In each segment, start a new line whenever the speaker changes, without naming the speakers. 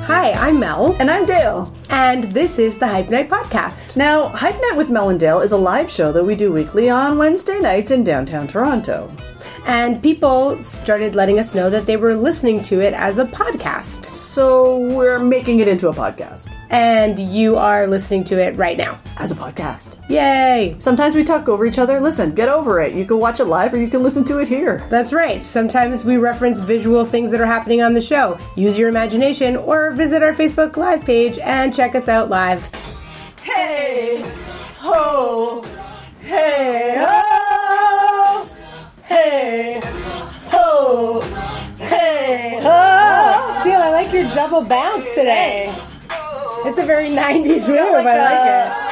Hi, I'm Mel,
And I'm Dale.
and this is the Hype Night Podcast.
Now, Hype Night with Mel and Dale is a live show that we do weekly on Wednesday nights in downtown Toronto.
And people started letting us know that they were listening to it as a podcast.
So we're making it into a podcast.
And you are listening to it right now.
As a podcast.
Yay!
Sometimes we talk over each other. Listen, get over it. You can watch it live or you can listen to it here.
That's right. Sometimes we reference visual things that are happening on the show. Use your imagination or visit our Facebook Live page and check us out live.
Hey, ho, hey, ho, hey, ho, hey, ho.
Oh, Deal, I like your double bounce today. It's a very 90s move. I like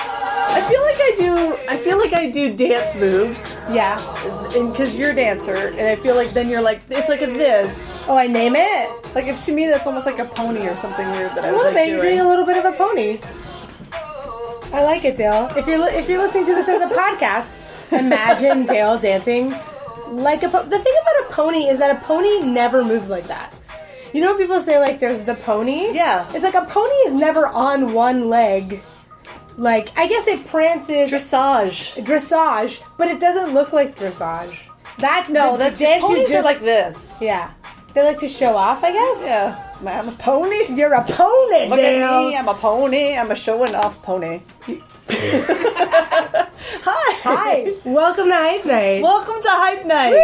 I feel like I do. I feel like I do dance moves,
it. Yeah.
and because you're a dancer, and I feel like then you're like it's like a this.
Oh, I name it.
Like if to me that's almost like a pony or something weird that I
A
was
little
like
bit. You're doing
doing.
a little bit of a pony. I like it, Dale. If you're li- if you're listening to this as a podcast, imagine Dale dancing like a po- the thing about a pony is that a pony never moves like that. You know, people say like there's the pony.
Yeah.
it's like a pony is never on one leg. Like I guess it prances
Dressage.
dressage, but it doesn't look like dressage. That
No,
the
that's
dance you
ponies are
just-
like this.
yeah. They like to show off, I guess.
Yeah, I'm a pony.
You're a pony,
Look
Dale.
at me, I'm a pony. I'm a showing off pony. Hi.
Hi, welcome to Hype Night.
Welcome to Hype Night.
Oh,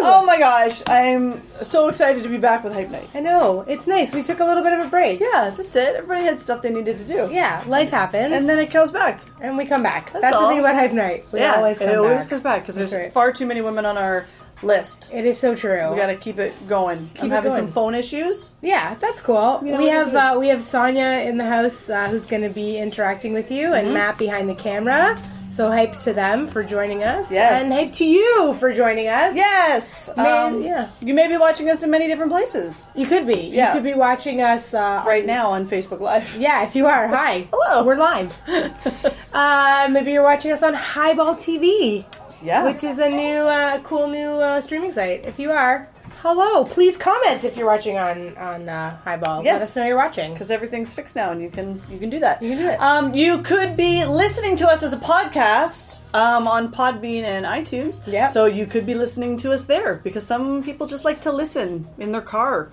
Oh my gosh, I'm so excited to be back with Hype Night.
I know it's nice. We took a little bit of a break.
Yeah, that's it. Everybody had stuff they needed to do.
Yeah, life happens,
And then it comes back.
and we come back. That's, the
all.
thing about Hype Night. We
yeah,
always come
it always
back.
comes back because there's
right.
far too many women on our list.
It is so true.
We gotta keep it going. I'm
it
having
going.
some phone issues.
yeah, that's cool.
You know,
we
we
have
do.
uh, we have Sonia in the house uh, who's going to be interacting with you,
Mm-hmm.
and Matt behind the camera. So hype to them for joining us.
Yes.
and hype to you for joining us.
Yes. um,
yeah.
You may be watching us in many different places
you could be.
Yeah.
You could be watching us uh,
right now on Facebook Live.
Yeah, if you are, hi.
Hello.
We're live. uh, maybe you're watching us on Highball TV,
Yeah.
which is a new, uh, cool new uh, streaming site. If you are, hello. Please comment if you're watching on on uh, Highball.
Yes.
Let us know you're watching.
because everything's fixed now, and you can you can do that.
You can do it.
Um, you could be listening to us as a podcast um, on Podbean and iTunes.
Yep.
So you could be listening to us there because some people just like to listen in their car.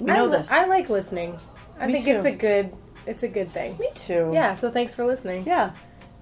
We know
I,
this.
I like listening. I
Me
think
too.
it's a good it's a good thing.
Me too.
Yeah. So thanks for listening.
Yeah.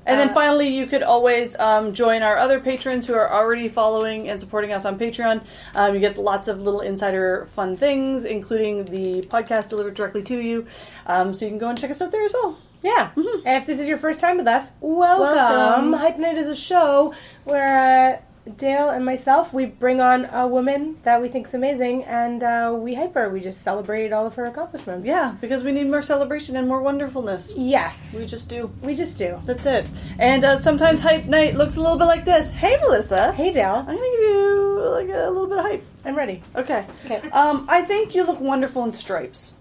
And
Uh,
then finally, you could always um, join our other patrons who are already following and supporting us on Patreon. Um, you get lots of little insider fun things, including the podcast delivered directly to you. Um, so you can go and check us out there as well.
Yeah. And If this is your first time with us, Mm-hmm. welcome.
Welcome.
Hype Night is a show where uh, Dale and myself we bring on a woman that we think's amazing, and uh, we hype her. We just celebrate all of her accomplishments.
Yeah, because we need more celebration and more wonderfulness. We
Yes.
just do.
We, just do.
That's it. And uh, sometimes hype night looks a little bit like this. Hey, Melissa.
Hey, Dale.
I'm gonna give you like a little bit of hype.
I'm ready.
Okay.
Okay.
Um, I think you look wonderful in stripes.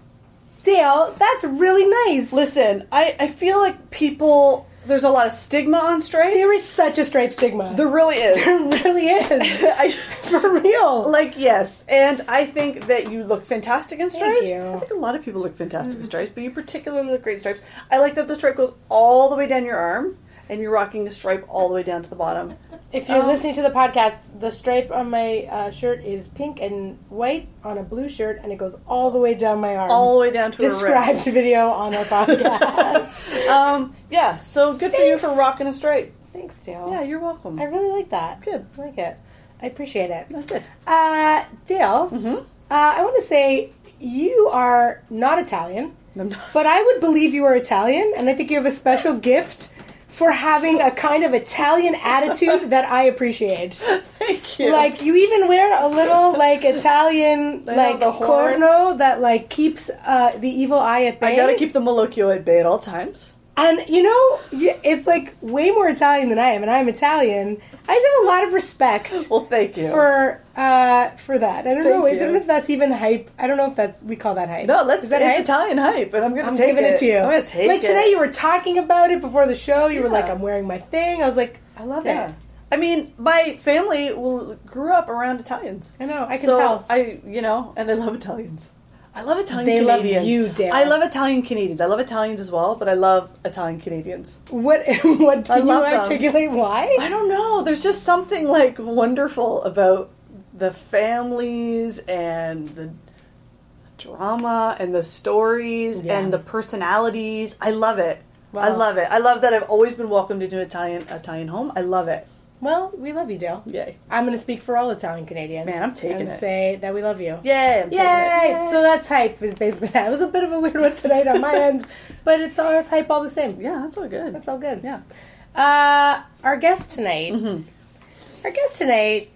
Dale, that's really nice.
Listen, I, I feel like people there's a lot of stigma on stripes.
There is such a stripe stigma.
there really is.
really is.
I,
For real.
like yes, and I think that you look fantastic in
Thank
stripes.
you. Mm-hmm.
I think a lot of people look fantastic in stripes, but you particularly look great in stripes. I like that the stripe goes all the way down your arm, and you're rocking the stripe all the way down to the bottom.
If you're
Um,
listening to the podcast, the stripe on my uh, shirt is pink and white on a blue shirt, and it goes all the way down my arm.
all the way down to her
described
wrist.
video on our podcast.
Um, yeah, so good for you for
Thanks.
rocking a stripe.
Thanks, Dale.
Yeah, you're welcome.
I really like that.
Good.
I like it. I appreciate it.
Good.
Uh, Dale,
Mm-hmm.
uh, I want to say you are not Italian,
I'm not-
but I would believe you are Italian, and I think you have a special gift for having a kind of Italian attitude that I appreciate.
Thank you.
Like you even wear a little like Italian
know,
like
the horn.
corno that like keeps uh, the evil eye at bay.
I gotta keep the Malocchio at bay at all times.
And you know, y- it's like way more Italian than I am, and I'm Italian. I just have a lot of respect
Well, thank you.
for uh, for that. I don't know.
Thank
I don't
you.
know if that's even hype. I don't know if that's we call that hype.
no, let's.
Is that
it's
hype?
Italian hype, and I'm gonna
I'm
take
giving it. to you.
I'm gonna take
like
it.
today, you were talking about it before the show. You were like,
Yeah.
"I'm wearing my thing." I was like, "I love
Yeah.
it."
I mean, my family will, grew up around Italians.
I know. I can
so
tell.
I, you know, and I love Italians. I love Italian
They love
Canadians.
you, Dale.
I love Italian Canadians. I love Italians as well, but I love Italian Canadians.
What? What? Can you
love them.
articulate why?
I don't know. There's just something like wonderful about the families and the drama and the stories
Yeah.
and the personalities. I love it. I
Wow.
love it. I love that I've always been welcomed into an Italian Italian home. I love it.
Well, we love you, Dale.
Yay.
I'm going to speak for all Italian Canadians.
Man, I'm taking
and
it.
Say that we love you.
Yay. I'm taking
Yay!
it.
So that's hype. Is basically that. It was a bit of a weird one tonight on my end, but it's all it's hype all the same.
yeah, that's all good.
That's all good.
yeah.
Uh, our guest tonight.
Mm-hmm.
Our guest tonight.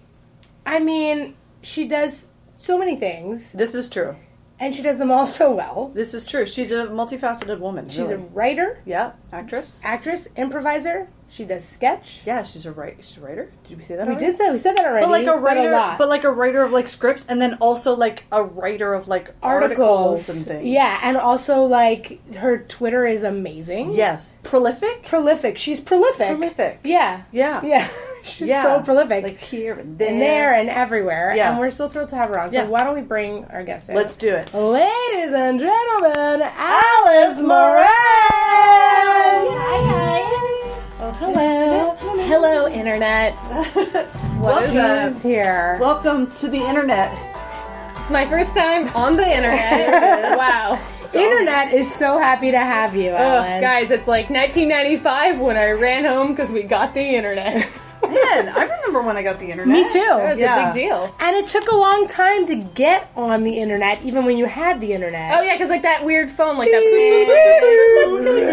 I mean, she does so many things,
This is true.
and she does them all so well.
This is true. She's a multifaceted woman.
She's a
really.
writer,
yeah, actress.
actress, improviser. She does sketch.
Yeah, she's a write. She's a writer. Did we say that?
We
already?
did say we said that already.
but like a writer,
lot.
but, like a writer of like scripts, and then also like a writer of like articles, and things.
Yeah, and also like her Twitter is amazing.
Yes. Prolific.
prolific. She's prolific.
Prolific.
Yeah,
Yeah.
yeah. She's
Yeah.
so prolific.
Like here and there.
and there and everywhere.
Yeah.
And we're so thrilled to have her on. So
Yeah.
why don't we bring our guest in?
Let's do it.
Oh, Ladies and gentlemen, Alice Moran.
Hi guys!
Oh, hello.
Hello, internet.
What
Welcome.
she's here.
Welcome to the internet.
It's my first time on the internet. wow.
Internet is so happy to have you,
Ugh,
Alice.
guys, it's like 1995 when I ran home because we got the internet.
Man, I remember when I got the internet.
me too.
That was
Yeah.
a big deal.
And it took a long time to get on the internet, even when you had the internet.
Oh yeah, because like that weird phone, like that boop, boop, boop, boop,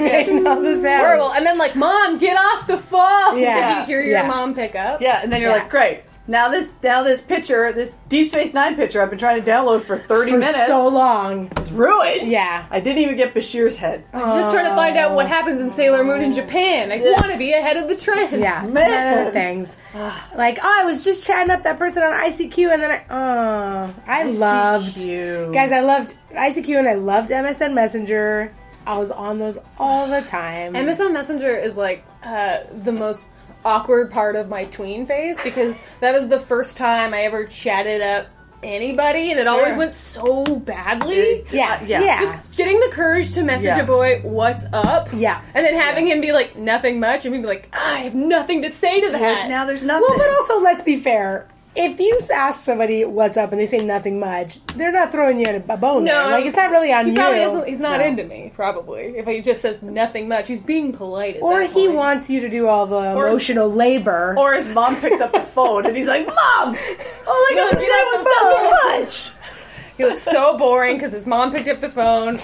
it's all the sounds.
horrible, and then like, mom, get off the phone.
Yeah.
Yeah, you hear your
Yeah.
mom pick up.
Yeah, and then you're
Yeah.
like, great. Now this now this picture, this Deep Space Nine picture, I've been trying to download for 30
for
minutes.
so long.
It's ruined.
Yeah.
I didn't even get Bashir's head.
I'm just trying to find out what happens in Sailor Moon in Japan. I
Yeah.
want to be ahead of the trends.
Yeah,
Man.
none of the things. Like, oh, I was just chatting up that person on ICQ, and then I, oh, I loved,
you.
guys, I loved ICQ, and I loved MSN Messenger. I was on those all the time.
MSN Messenger is like uh, the most awkward part of my tween phase because that was the first time I ever chatted up anybody, and it
Sure.
always went so badly.
yeah,
Uh,
yeah,
yeah.
yeah.
Just getting the courage to message
Yeah.
a boy, "What's up?"
Yeah.
and then having him be like, "Nothing much," and me be like, "Ah, "I have nothing to say to that."
now there's nothing.
well, but also, let's be fair. If you ask somebody what's up and they say nothing much, they're not throwing you a bone.
No.
there. like it's not really on
he
you.
probably doesn't. He's not
No.
into me, probably. If he just says nothing much, he's being polite. At
or
that
he
point.
wants you to do all the
Or-
emotional labor.
Or his mom picked up the phone and he's like, Mom! All I got to
Mom,
say
get off the
was
He looks so boring because his mom picked up the phone.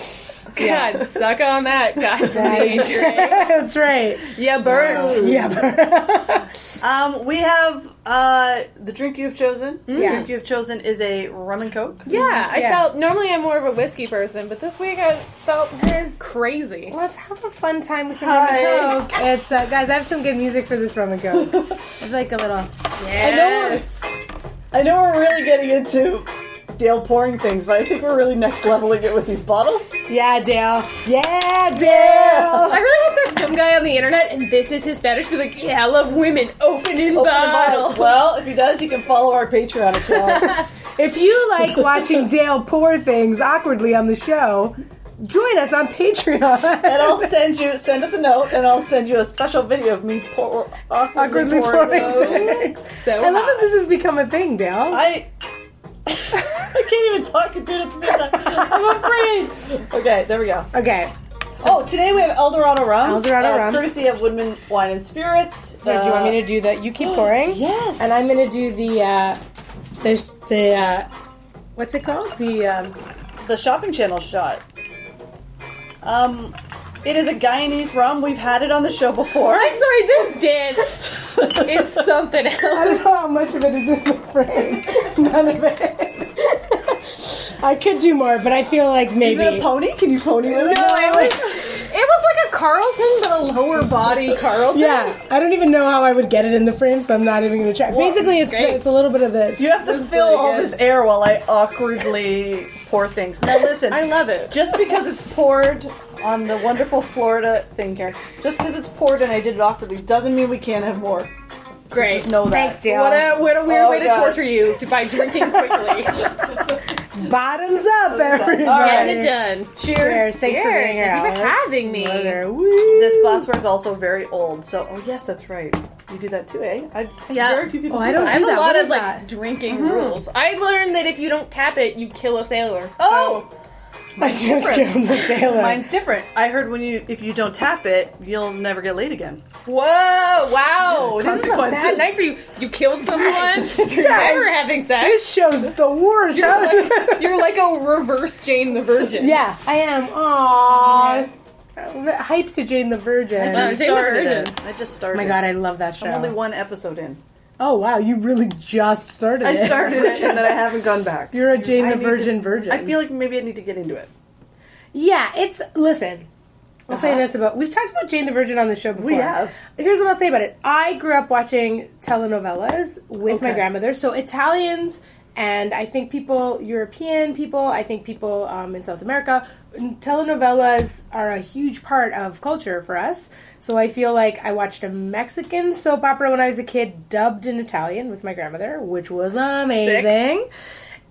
God, suck on that,
That's
guy.
That's right.
yeah, burnt.
Yeah.
not much! Um, we have uh, the drink you've chosen. The
Yeah.
drink you've chosen is a rum and coke.
Yeah, I
Yeah.
felt normally I'm more of a whiskey person, but this week I felt crazy.
Let's have a fun time with some
Hi.
rum and coke. It's uh, guys, I have some good music for this rum and coke. It's like a little.
Yes.
I know we're really getting into Dale pouring things, but I think we're really next leveling it with these bottles.
Yeah, Dale. Yeah, Dale.
I really hope there's some guy on the internet and this is his fetish. Be like, yeah, I love women opening
Open the
bottles.
bottles. Well, if he does, he can follow our Patreon account.
If you like watching Dale pour things awkwardly on the show, join us on Patreon.
and I'll send you, send us a note, and I'll send you a special video of me pour, awkwardly,
Awkwardly
pouring.
pouring.
Oh, so
I love that
hot.
this has become a thing, Dale.
I I can't even talk and do it at the same time. I'm afraid. Okay, there we go.
Okay.
Oh, today we have Eldorado rum.
El Dorado
uh,
rum.
Courtesy of Woodman Wine and Spirits. Uh,
Here, do you want me to do that? You keep pouring.
Yes.
And I'm gonna do the uh, there's the uh, what's it called? The um,
the shopping channel shot. Um it is a Guyanese rum. We've had it on the show before.
I'm sorry, this dance is something
I
else.
don't know how much of it is in the frame. None of it. I could do more, but I feel like
Is
maybe.
it a pony? Can you pony with
No,
it?
it was it was like a Carlton, but a lower body Carlton.
Yeah, I don't even know how I would get it in the frame, so I'm not even going to try. Basically, it's
great.
it's a little bit of this.
You have to
was
fill
really
all
good.
this air while I awkwardly pour things. Now listen.
I love it.
just because it's poured on the wonderful Florida thing here, just because it's poured and I did it awkwardly, doesn't mean we can't have more.
Great.
Just know that.
Thanks, Dale.
What a what a weird
Oh,
way to
God.
torture you to- by drinking quickly.
Bottoms up, everybody.
right.
Get it done.
Cheers.
Cheers. Thanks for being here.
Thank you for
Alice.
having me.
Mother. Woo.
This glassware is also very old. So, oh yes, that's right. You do that too, eh? I,
Yeah.
Very few people.
Oh,
do
I don't
that.
I have
do
a
that.
lot
What
of
is
like
that?
drinking
Mm-hmm.
rules. I learned that if you don't tap it, you kill a sailor.
Oh!
So,
I just Jones and Taylor.
Mine's different. I heard when you if you don't tap it, you'll never get laid again.
whoa! Wow! This is a bad
Consequences.
night for you. You killed someone. You're never having sex.
this show's the worst.
You're like, you're like a reverse Jane the Virgin.
yeah, I am. Aww. Hype to Jane the Virgin.
I just
Uh, Jane the
started
Virgin.
it. I just started.
oh my god, I love that show.
I'm only one episode in.
oh wow, you really just started.
I
it.
started it and then I haven't gone back.
You're a Jane
I
the
need
Virgin
to-
virgin.
I feel like maybe I need to get into it.
Yeah, it's listen. I'll say this about we've talked about Jane the Virgin on the show before.
Uh-huh. We have.
Here's what I'll say about it. I grew up watching telenovelas with my
Okay.
grandmother, so Italians and I think people European people, I think people um, in South America, telenovelas are a huge part of culture for us. So I feel like I watched a Mexican soap opera when I was a kid, dubbed in Italian with my grandmother, which was amazing.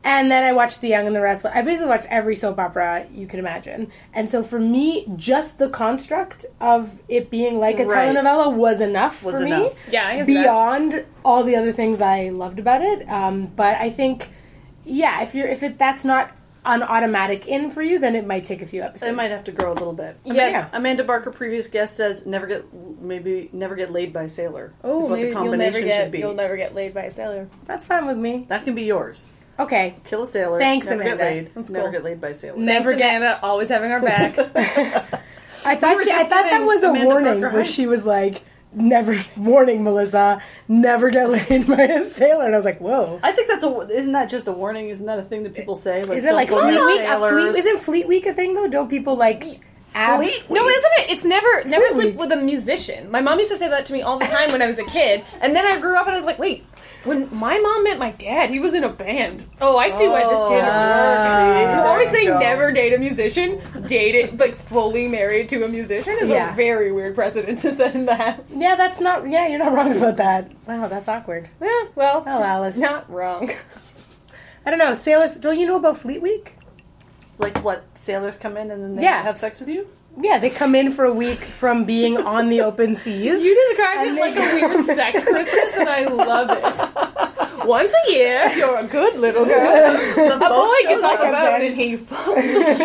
And then I watched The Young and the Restless. I basically watched every soap opera you can imagine. And so for me, just the construct of it being like a
Right.
telenovela was enough
Was
for me.
enough.
Yeah, I can see that.
beyond all the other things I loved about it. Um, but I think, yeah, if you're if it that's not an automatic in for you, then it might take a few episodes.
I might have to grow a little bit.
Yeah.
Yeah.
Amanda Barker, previous guest, says never get maybe never get laid by sailor. is
Oh,
what
maybe
the
you'll
combination
never get
should be.
you'll never get laid by a sailor.
That's fine with me.
That can be yours.
Okay.
Kill a sailor.
Thanks,
never
Amanda.
Get laid.
That's
never
cool.
get laid by sailor.
Never get Anna, always having our back.
I thought
were
she, I thought
just
that
giving
was a
Amanda
warning
Parker
where
hype.
she was like, "Never warning, Melissa, never get laid by a sailor," and I was like, "Whoa."
I think that's a. Isn't that just a warning? Isn't that a thing that people say? Like,
Is it like
don't go
"Oh,
Fleet
near
Week? A
sailors.
fleet, isn't Fleet Week a thing though? Don't people like abs-
Fleet?
No, isn't it? It's never never
Fleetwood.
sleep with a musician. My mom used to say that to me all the time when I was a kid, and then I grew up and I was like, wait, when my mom met my dad, he was in a band. Oh, I see why this didn't work.
Oh,
You're always
there
saying
you go.
never date a musician. Date it like fully married to a musician is
Yeah.
a very weird precedent to set in the house.
Yeah, that's not. Yeah, you're not wrong about that. Wow, that's awkward.
Yeah, well,
Oh, Alice.
not wrong.
I don't know. Sailors, don't you know about Fleet Week?
Like what? Sailors come in and then they
Yeah.
have sex with you.
Yeah, they come in for a week from being on the open seas.
You described
And
it like a
they-
weird sex Christmas, and I love it. Once a year, if you're a good little girl.
The
A boy
boat
gets
shows up.
off a boat
then-
and he fucks.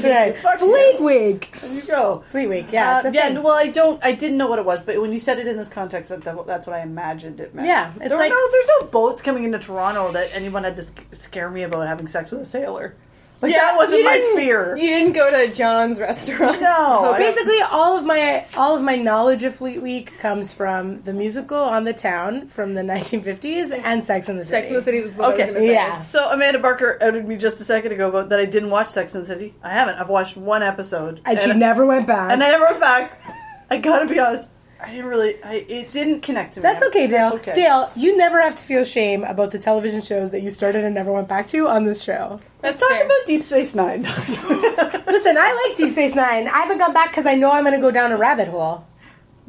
that's right.
Fuck
Fleet Week.
There you go.
Fleet Week. Yeah,
Uh,
it's a
yeah,
thing.
well, I don't. I didn't know what it was, but when you said it in this context, that, that- that's what I imagined it meant.
Yeah, it's
there were
like-
no, there's no boats coming into Toronto that anyone had to sc- scare me about having sex with a sailor. Like that wasn't
you
my
didn't-
fear.
You didn't go to John's restaurant.
No, I don't-
Basically, all of my all of my knowledge of Fleet Week comes from the musical on the town from the 1950s and Sex in the City.
Sex in the City was what I
Okay,
was going to say.
yeah.
So Amanda Barker outed me just a second ago about that I didn't watch Sex and the City. I haven't. I've watched one episode,
and she
I-
never went back.
and I never went back. I gotta be honest. I didn't really. I, it didn't connect to me.
That's okay, Dale.
That's okay.
Dale, you never have to feel shame about the television shows that you started and never went back to on this show.
Let's
That's
talk
fair.
about Deep Space Nine.
Listen, I like Deep Space Nine. I haven't gone back because I know I'm going to go down a rabbit hole.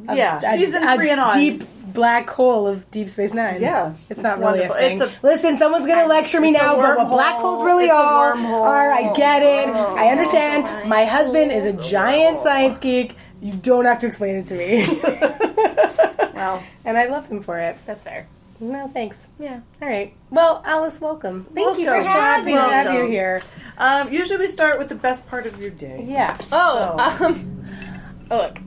A-
yeah,
a-
season
a
three and on.
Deep black hole of Deep Space Nine.
Yeah,
it's
it's
not really
wonderful.
a thing.
It's
Listen, someone's going to lecture me
it's a
now about what
wormhole.
black holes really
It's a
are.
wormhole. Oh.
Are I get it? I understand. My husband is a giant science geek. You don't have to explain it to me,
Wow.
and I love him for it.
That's fair.
No, thanks.
Yeah.
All right. Well, Alice, welcome.
Thank you for
Welcome.
so happy
having
to have
Welcome.
you here.
Um, usually we start with the best part of your day.
Yeah.
Oh, um, oh, look.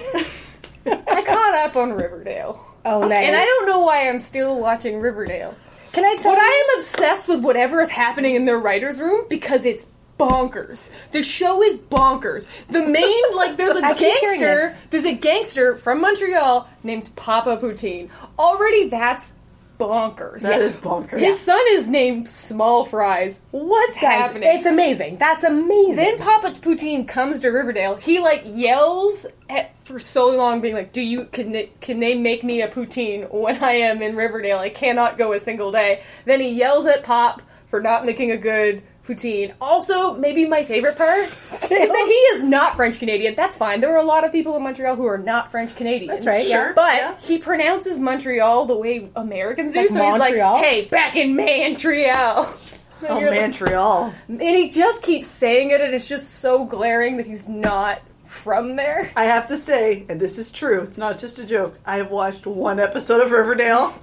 I caught up on Riverdale.
Oh, nice.
And I don't know why I'm still watching Riverdale.
Can I tell
But
you?
I am obsessed with whatever is happening in their writers' room because it's bonkers. The show is bonkers. The main like there's a
I keep hearing
gangster. There's a gangster from Montreal named Papa Poutine. Already that's bonkers.
That is bonkers.
His son is named Small Fries. What's
Guys,
happening?
It's amazing. That's amazing.
then Papa Poutine comes to Riverdale. He like yells at, for so long, being like, "Do you can they, can they make me a poutine when I am in Riverdale? I cannot go a single day." Then he yells at Pop for not making a good poutine. Also, maybe my favorite part is that he is not French Canadian. That's fine. There are a lot of people in Montreal who are not French Canadian.
That's right, yeah. Sure,
But
yeah.
he pronounces Montreal the way Americans do.
Like
so he's
Montreal?
like, "Hey, back in Montreal."
Oh, Montreal.
And he just keeps saying it, and it's just so glaring that he's not from there.
I have to say, and this is true, it's not just a joke, I have watched one episode of Riverdale.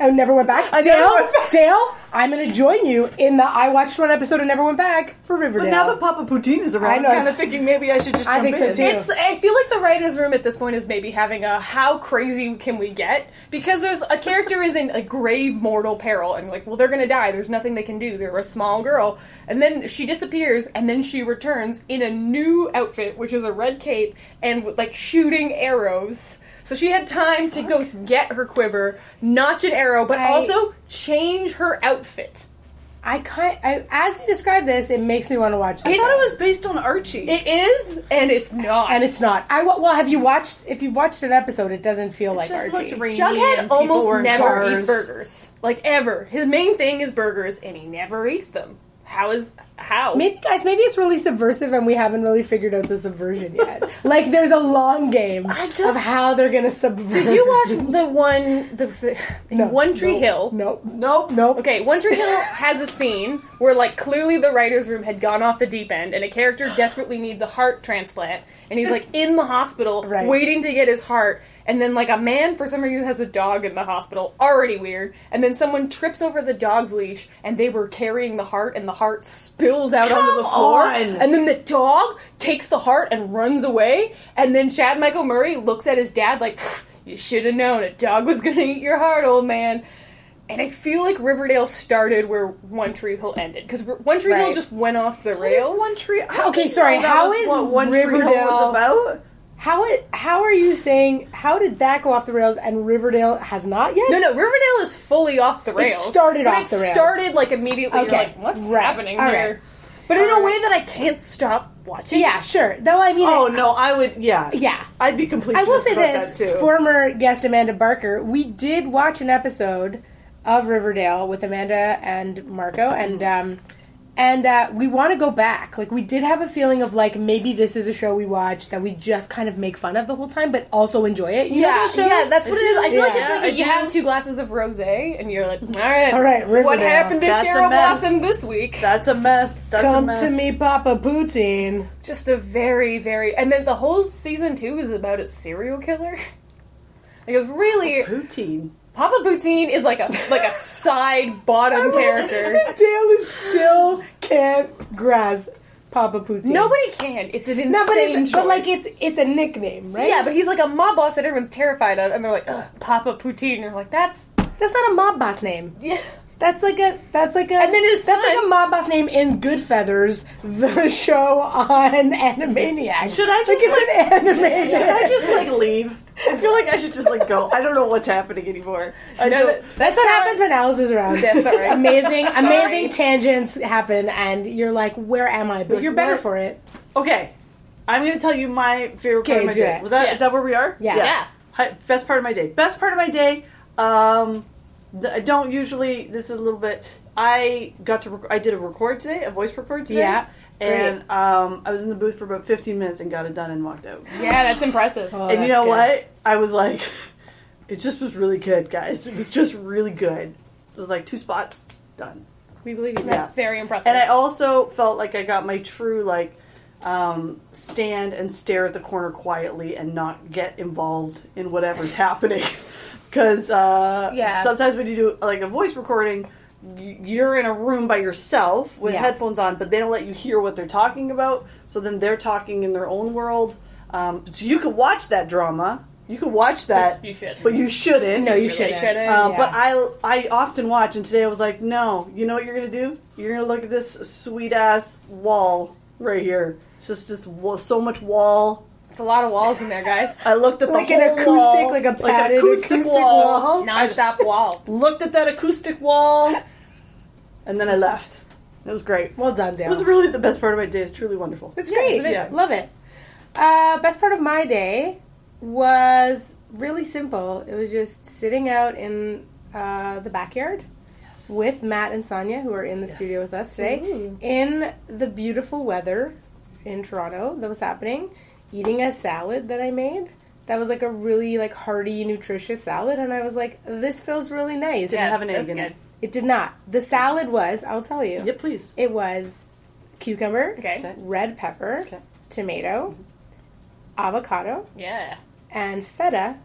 I Oh, never went back.
I
Dale,
never went back.
Dale, I'm going to join you in the I watched one episode and never went back for Riverdale.
But now that Papa Poutine is around,
I
I'm
know.
kind of thinking maybe I should just
I
jump
think so
in.
too.
It's. I feel like the writers' room at this point is maybe having a how crazy can we get because there's a character is in a grave mortal peril and like well they're gonna die there's nothing they can do they're a small girl and then she disappears and then she returns in a new outfit which is a red cape and with, like shooting arrows so she had time to go get her quiver notch an arrow but
I-
also change her outfit.
I kind I, as you describe this, it makes me want to watch
I
this.
thought it was based on Archie.
It is and it's not
and it's not. I wa- well, have you watched? If you've watched an episode, it doesn't feel like
just
RG.
looked rainy and
Jughead
people
almost
were in
never
cars.
eats burgers, like ever. His main thing is burgers, and he never eats them. How is how?
Maybe guys, maybe it's really subversive, and we haven't really figured out the subversion yet. like, there's a long game
just-
of how they're gonna subvert.
Did you watch the one the, the in
No,
One Tree
no,
Hill?
Nope.
Nope.
Nope.
Okay, One Tree Hill has a scene where, like, clearly the writer's room had gone off the deep end, and a character desperately needs a heart transplant, and he's, like, in the hospital
Right.
waiting to get his heart, and then, like, a man, for some reason, has a dog in the hospital, already weird, and then someone trips over the dog's leash, and they were carrying the heart, and the heart spills out onto the
Come
floor,
on.
and then the dog takes the heart and runs away, and then Chad Michael Murray looks at his dad like, you should have known, a dog was gonna eat your heart, old man. And I feel like Riverdale started where One Tree Hill ended because One Tree Hill
Right.
just went off the
What is
rails.
One Tree. I
Okay,
didn't
sorry,
know that
how
was
is
what One Tree Hill
Riverdale-
was about?
How it? How are you saying? How did that go off the rails? And Riverdale has not yet.
no, no, Riverdale is fully off the rails.
started
but
off
it
the rails.
Started like immediately.
Okay,
You're like, what's
right,
happening
all
here?
right.
But
All
in a
right.
way that I can't stop watching.
Yeah, sure. Though I mean,
Oh
I-
no, I would. Yeah,
Yeah.
I'd be completely.
I will say
about
this:
that too.
former guest Amanda Barker, we did watch an episode of Riverdale with Amanda and Marco, and
Mm-hmm.
um, and uh, we want to go back. Like we did have a feeling of like maybe this is a show we watch that we just kind of make fun of the whole time, but also enjoy it. You know
Yeah,
those shows?
yeah, that's what it is. I feel like
Yeah,
it's like
I
you
do.
have two glasses of rosé, and you're like, all right,
All right,
what
Riverdale.
happened to
That's a
Cheryl
mess.
Blossom this week?
that's a mess. That's a
Come
mess.
to me, Papa Poutine.
just a very very and then the whole season two is about a serial killer like it's really
Poutine.
papa poutine is like a like a side bottom character
Dale is still can't grasp Papa Poutine.
nobody can it's an insane
no, but, it's, but
choice.
like it's it's a nickname, right?
yeah but he's like a mob boss that everyone's terrified of and they're like Ugh, papa poutine and you're like that's
that's not a mob boss name.
yeah
That's like a that's like a
And then his
that's
son-
like a mob boss name in Goodfeathers, the show on Animaniacs.
Should I just,
like it's an animation?
Should I just like leave? I feel like I should just like go. I don't know what's happening anymore. I
No,
don't.
that's what happens when Alice is around.
Yeah, sorry.
amazing,
Sorry.
amazing tangents happen, and you're like, "Where am I?" But you're better
what-
for it.
Okay, I'm gonna tell you my favorite part
Okay,
of my
do
day.
it.
Was that is
Yes.
that where we are?
Yeah.
Yeah.
Hi- Best part of my day. Best part of my day. Um, th- I don't usually. This is a little bit. I got to. Rec- I did a record today, a voice record today.
Yeah.
And um, I was in the booth for about 15 minutes and got it done and walked out.
yeah that's impressive
Oh,
and you
that's
know
good.
what? I was like, it just was really good, guys. It was just really good. It was like two spots done.
we believe you that's
Yeah.
very impressive
And I also felt like I got my true like um, stand and stare at the corner quietly and not get involved in whatever's happening. Because uh,
Yeah.
sometimes when you do like a voice recording, y- you're in a room by yourself with
Yeah.
headphones on, but they don't let you hear what they're talking about. So then they're talking in their own world. Um, so you could watch that drama. You could watch that,
you shouldn't.
but you shouldn't.
No, you
Really
shouldn't.
shouldn't. Um,
Uh,
Oh, Yeah.
But I I often watch, and today I was like, no, you know what you're gonna do? You're gonna look at this sweet ass wall right here. It's just this wa- so much wall.
it's a lot of walls in there
Oh,
guys
I looked at the
Like an
whole
acoustic-
wall,
like a padded acoustic wall.
non-stop wall
Looked at that acoustic wall, and then I left. It was great.
Well done,
It
Dale.
was really the best part of my day. It's truly wonderful.
It's
Yeah,
great.
it's amazing.
Yeah. Love it. Uh, best part of my day was really simple. It was just sitting out in uh, the backyard with Matt and Sonia, who are in the studio with us today, in the beautiful weather in Toronto that was happening, eating a salad that I made. That was like a really like hearty, nutritious salad, and I was like, "This feels really nice."
Didn't have an egg
that's
in
good
it.
It did not. The salad was, I'll tell you.
Yeah, please.
It was cucumber,
Okay.
Okay.
red pepper,
Okay.
tomato, avocado,
Yeah.
and feta,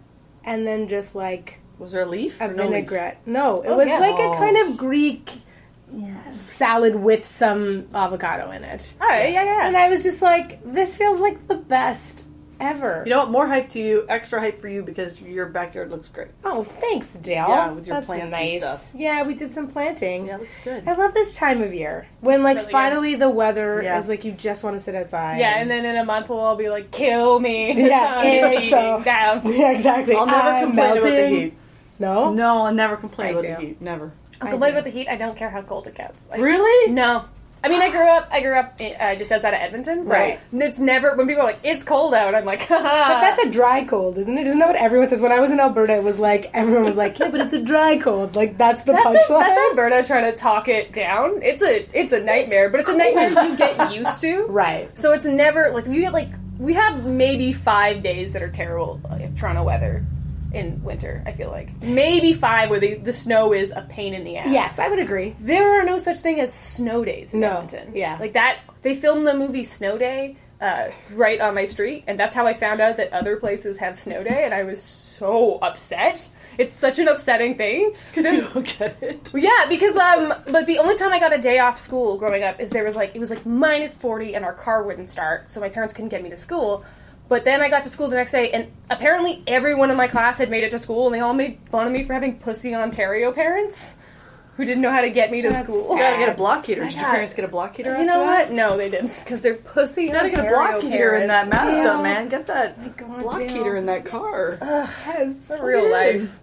and then just like
Was there a leaf?
a
or no leaf?
vinaigrette. No, it
Oh,
was
yeah.
like
Oh.
a kind of Greek salad with some avocado in it.
All right. Yeah, yeah.
And I was just like, this feels like the best ever.
You know what? More hype to you, extra hype for you because your backyard looks great.
oh, thanks, Dale.
Yeah, with your
That's
plants and
nice.
stuff.
Yeah, we did some planting.
Yeah, it looks good.
I love this time of year when, like,
really good.
finally the weather
Yeah.
is like you just want to sit outside.
Yeah, and then in a month we'll all be like, "Kill me!" The
Yeah,
sun
yeah,
is beating
so-
down.
yeah, exactly.
I'll never
I'm
complain
melting.
about the heat.
No,
No, I'll never complain
I
about the
do.
heat. Never.
I'll
I
complain
do.
about the heat. I don't care how cold it gets. I-
Really?
No. I mean, I grew up. I grew up uh, just outside of Edmonton, so
Right.
it's never when people are like, "It's cold out." I'm like, "Ha
But that's a dry cold, isn't it? Isn't that what everyone says? When I was in Alberta, it was like everyone was like, "Yeah, but it's a dry cold." Like that's the
That's, a,
punchline.
that's Alberta trying to talk it down. It's a it's a nightmare, but it's a nightmare you get used to.
right.
So it's never like we get like we have maybe five days that are terrible of Toronto weather in winter. I feel like maybe five where the, the snow is a pain in the ass.
Yes, I would agree.
there are no such thing as snow days in
No.
Edmonton.
Yeah.
like that. They filmed the movie Snow Day uh, right on my street, and that's how I found out that other places have snow day, and I was so upset. It's such an upsetting thing.
Because
There-
you don't get it.
yeah, because um, but the only time I got a day off school growing up is there was like it was like minus forty and our car wouldn't start, so my parents couldn't get me to school. But then I got to school the next day, and apparently everyone in my class had made it to school, and they all made fun of me for having pussy Ontario parents who didn't know how to get me to
That's
school.
You gotta get a block heater. Did
My
your
God.
parents get a block heater?
You know
after that?
what? No, they didn't, because they're pussy
You gotta
Ontario
get a block heater in that
parents.
Mazda,
Yeah.
man. Get that
God,
block
Dale.
heater in that car.
Yes,
This is real life.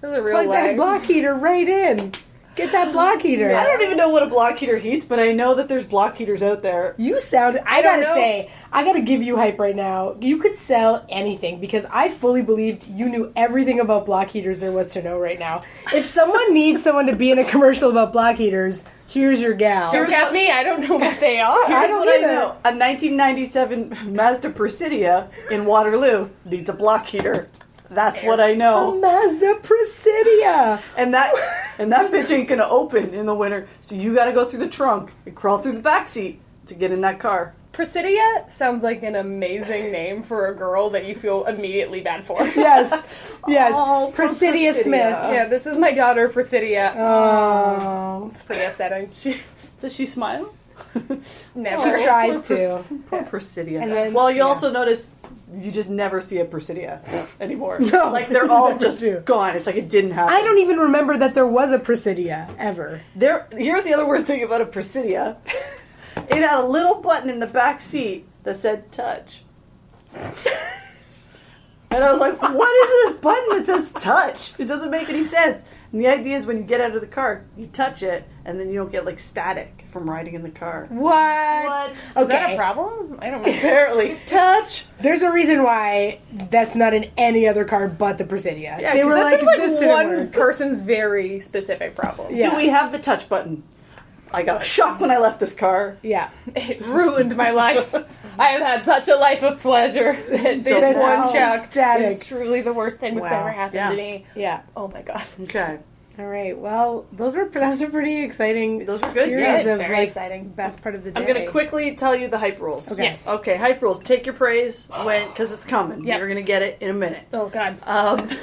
This is a real
Plug that
life.
block heater right in. Get that block heater.
I don't even know what a block heater heats, but I know that there's block heaters out there.
You sound. I,
don't
gotta
know.
say, I gotta give you hype right now. You could sell anything because I fully believed you knew everything about block heaters there was to know right now. If someone needs someone to be in a commercial about block heaters, here's your gal.
Don't cast me. I don't know what they are.
I
Here's
don't
what
either.
I know. A 1997 Mazda Presidia in Waterloo needs a block heater. That's what I
A
know.
Mazda Presidia.
And that and that bitch ain't gonna open in the winter, so you gotta go through the trunk and crawl through the back seat to get in that car.
Presidia sounds like an amazing name for a girl that you feel immediately bad for.
Yes, yes.
Oh, poor
Presidia,
Presidia.
Smith.
Yeah, this is my daughter Presidia.
Oh,
It's pretty upsetting. She
Does she smile?
she
never.
tries
Poor
to.
Pres- Poor Presidia.
And then-
well, you
yeah.
also notice you just never see a Presidia anymore.
No,
like they're all
never
just
do.
gone. It's like it didn't happen.
I don't even remember that there was a Presidia ever.
There, here's the other weird thing about a Presidia. it had a little button in the back seat that said "touch," and I was like, "What is this button that says touch? It doesn't make any sense." And the idea is, when you get out of the car, you touch it, and then you don't get like static from riding in the car.
What? Okay.
Is that a problem? I don't know.
Apparently, touch.
There's a reason why that's not in any other car but the Presidia.
Yeah,
they
'cause
were
that
like,
It's like
this didn't
one
work.
person's very specific problem.
Yeah.
Do we have the touch button? I got a shock when I left this car.
Yeah.
It ruined my life. I have had such a life of pleasure that this
Just
one
all
shock
static.
is truly the worst thing that's
Wow.
ever happened
Yeah.
to me.
Yeah.
Oh my god.
Okay.
All right. Well, those were those are pretty exciting.
Those were good,
Series
yeah.
of
Very
like
exciting.
best part of the day.
I'm gonna quickly tell you the hype rules.
Okay.
Yes.
Okay, hype rules. Take your praise when, because it's coming.
Yep.
You're gonna get it in a minute.
Oh god.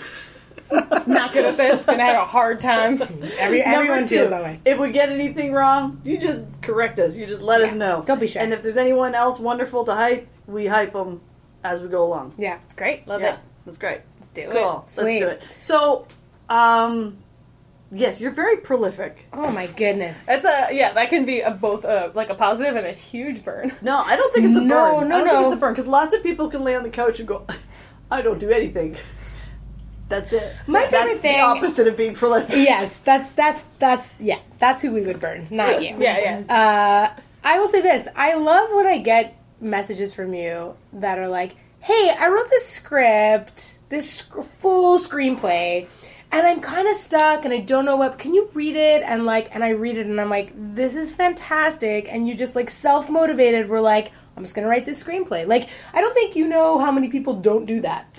Um,
Not good at this. Gonna have a hard time.
Every, everyone
number two,
feels that way.
If we get anything wrong, you just correct us. You just let us know.
Don't be shy.
And if there's anyone else wonderful to hype, we hype them as we go along.
Yeah.
Great. Love
Yeah,
it.
that's great.
Let's do it.
Cool.
Sweet.
Let's do it. So, um, yes, you're very prolific.
Oh my goodness.
That's a yeah. That can be a, both a like a positive and a huge burn.
No, I don't think it's a
No,
burn.
no,
I don't think
no.
it's a burn because lots of people can lay on the couch and go, "I don't do anything." That's it.
My favorite
That's
thing-
the opposite of being prolific.
yes. That's that's that's yeah. That's who we would burn, not you.
Yeah, yeah.
Uh, I will say this: I love when I get messages from you that are like, "Hey, I wrote this script, this sc- full screenplay, and I'm kind of stuck, and I don't know what. Can you read it?" And like, and I read it, and I'm like, "This is fantastic!" And you just like self motivated. We're like. I'm just gonna write this screenplay. Like, I don't think you know how many people don't do that.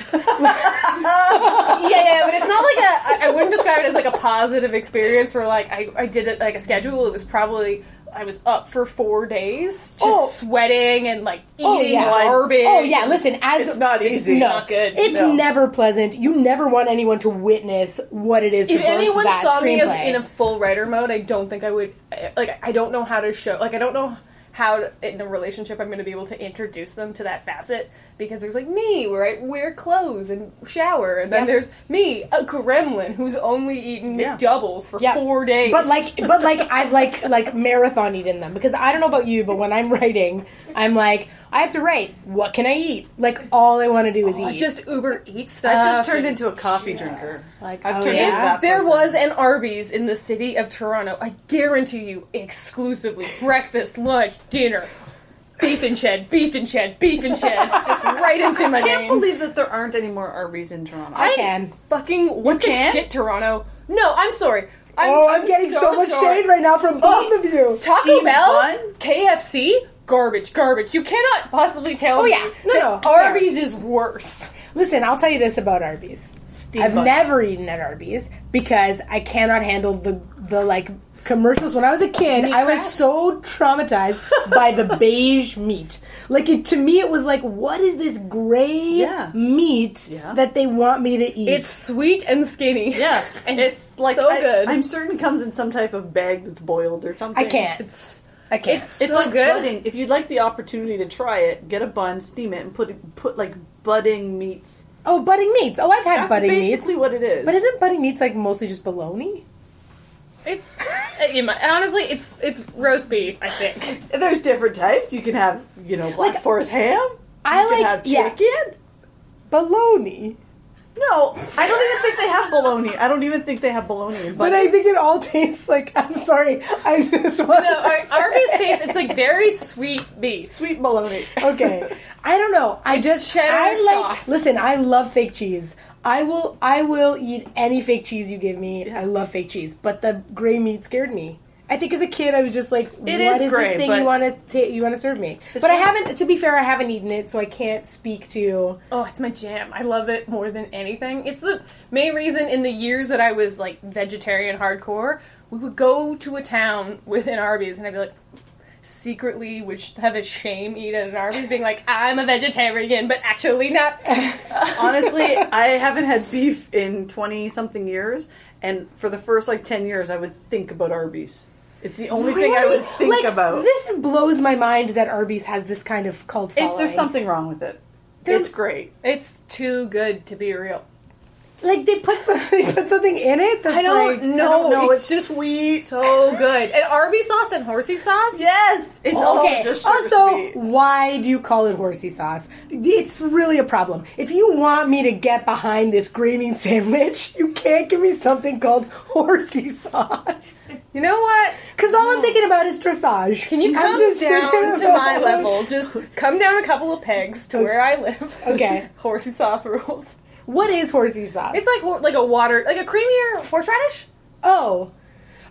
yeah, yeah, but it's not like a. I, I wouldn't describe it as like a positive experience where like I, I did it like a schedule. It was probably I was up for four days, just
Oh.
sweating and like eating
Oh, yeah.
garbage.
Oh yeah, listen, as
It's not easy.
no,
Not good.
It's
No.
never pleasant. You never want anyone to witness what it is.
If
to birth
anyone
that
saw me as
screenplay.
in a full writer mode, I don't think I would. I- Like, I don't know how to show. Like, I don't know how to, in a relationship I'm going to be able to introduce them to that facet because there's like me where I wear clothes and shower, and then
Yeah.
there's me, a gremlin who's only eaten
Yeah.
McDoubles for
Yeah.
four days.
But like, but like, I've like like marathon eaten them because I don't know about you, but when I'm writing, I'm like, I have to write. What can I eat? Like, all I want to do is
Oh, I
eat.
just Uber eat stuff.
I just
Uh,
turned
and-
into a coffee drinker. Like
oh,
I've turned
yeah?
into that
If there
person.
was an Arby's in the city of Toronto, I guarantee you exclusively breakfast, lunch, dinner, beef and shed, beef and shed, beef and shed, just right into my
I can't
veins.
believe that there aren't any more Arby's in Toronto.
I
I-
can.
Fucking what the
can?
shit, Toronto? No, I'm sorry. I'm,
oh, I'm, getting so, much
sorry.
shade right now from both of you.
Taco
Steamed
Bell,
bun?
KFC, garbage, garbage. You cannot possibly tell
Oh,
me
yeah. No,
that
no, fair.
Arby's is worse.
Listen, I'll tell you this about Arby's.
Steve
I've
Bun-
never eaten at Arby's because I cannot handle the the like commercials. When I was a kid,
Meat
I was
crap?
so traumatized by the beige meat. Like it, to me, it was like, what is this gray
Yeah.
meat
Yeah.
that they want me to eat?
It's sweet and skinny.
Yeah,
And
it's like
so
I,
good.
I'm certain it comes in some type of bag that's boiled or something.
I can't.
It's
I can't.
it's,
It's
so
like
good.
budding. If you'd like the opportunity to try it, get a bun, steam it, and put put like budding meats.
oh, budding meats. Oh, I've had
That's
budding meats.
basically what it is.
But isn't budding meats like mostly just bologna?
It's uh, you might, honestly, it's it's roast beef. I think
There's different types. You can have you know black
Like-
forest ham.
I
you
like-
can have
yeah.
chicken.
Bologna.
No, I don't even think they have bologna. I don't even think they have bologna. in
But
butter.
I think it all tastes like. I'm sorry. I just want.
no. Ar- Arby's tastes it's like very sweet beef.
sweet bologna.
okay. I don't know. I just
cheddar
I like,
sauce.
Listen, I love fake cheese. I will I will eat any fake cheese you give me. I love fake cheese, but the gray meat scared me. I think as a kid I was just like, what
is
is
gray,
this thing
but-
you want to ta- you want to serve me? But I haven't. To be fair, I haven't eaten it, so I can't speak to.
Oh, it's my jam. I love it more than anything. It's the main reason in the years that I was like vegetarian hardcore, we would go to a town with an Arby's, and I'd be like. Secretly, would sh- have a shame eat at an Arby's, being like, "I'm a vegetarian, but actually not."
Honestly, I haven't had beef in 20 something years, and for the first like 10 years, I would think about Arby's. It's the only thing I would think
like,
about.
This blows my mind that Arby's has this kind of cult following.
if there's something wrong with it,
They're-
it's great.
it's too good to be real.
like they put something, they put something in it that's
I don't
like
know.
I don't know,
It's,
it's
just
sweet.
so good. And Arby sauce and horsey sauce.
Yes, it's
Oh, Okay.
also just sugar
Also,
sweet.
why do you call it horsey sauce? It's really a problem. If you want me to get behind this gray meat sandwich, you can't give me something called horsey sauce.
You know what?
Because all I'm thinking about is dressage.
Can you
I'm
come
just
down
thinking
to my
about-
level? Just come down a couple of pegs to where I live.
Okay.
horsey sauce rules.
What is horsey sauce?
It's like hor- like a water, like a creamier horseradish.
oh.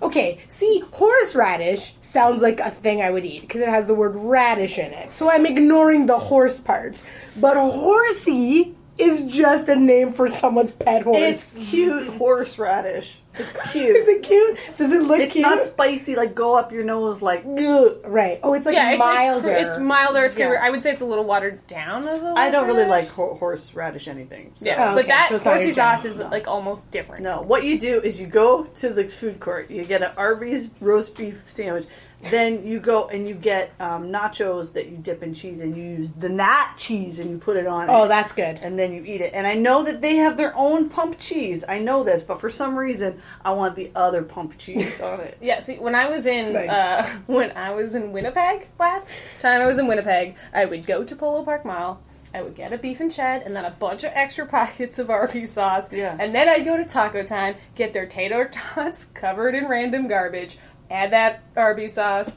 Okay, see, horseradish sounds like a thing I would eat because it has the word radish in it. So I'm ignoring the horse part. But horsey is just a name for someone's pet horse.
it's cute horseradish. It's cute.
Is it cute? Does it look
it's
cute?
not spicy. Like go up your nose. Like
Ugh, right. Oh, it's like
yeah, it's
milder.
Like, cre- it's milder. It's
Yeah.
creamier. I would say it's a little watered down as a
I don't really like
horseradish.
ho- horseradish anything. So.
Yeah,
Oh,
but
okay,
that
so it's not your
horsey
jam.
sauce is like almost different.
No, what you do is you go to the food court, you get an Arby's roast beef sandwich, then you go and you get um, nachos that you dip in cheese and you use the nat cheese and you put it on.
oh,
it,
that's good.
And then you eat it. And I know that they have their own pump cheese. I know this, but for some reason, I want the other pump cheese on it.
Yeah, see, when I was in
Nice.
uh, when I was in Winnipeg last time I was in Winnipeg, I would go to Polo Park Mall. I would get a beef and shed, and then a bunch of extra packets of Arby's sauce.
Yeah.
And then I'd go to Taco Time, get their tater tots covered in random garbage, add that Arby's sauce,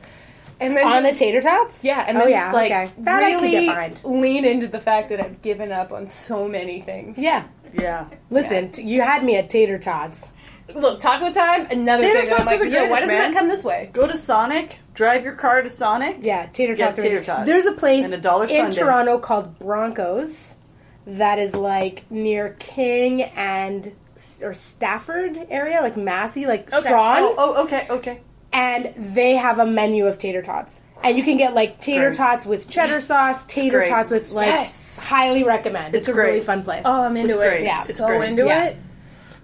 and then
On the
just,
tater tots?
yeah, and
Oh,
then
yeah,
just like
okay. That I could get
really
behind.
lean into the fact that I've given up on so many things.
Yeah.
Yeah.
Listen, t you had me at tater tots.
Look, taco time. Another
Tater
thing. that I'm
tots are
like,
the
yo, why
greatest,
doesn't
man."
that come this way?
Go to Sonic. Drive your car to Sonic.
Yeah, tater
Yeah,
tots. are-
tater tot.
There's a place
And a dollar
in
sundae.
Toronto called Broncos that is like near King and or Stafford area, like Massey, like Strawn,
Oh, oh, okay, okay.
and they have a menu of tater tots. And you can get like tater
Great.
tots with cheddar sauce, tater
great.
tots with like
Yes.
highly recommend. It's,
It's
a
great.
really fun place.
Oh, I'm into
It's
it.
great.
Yeah.
It's
so
great.
into
Yeah.
it.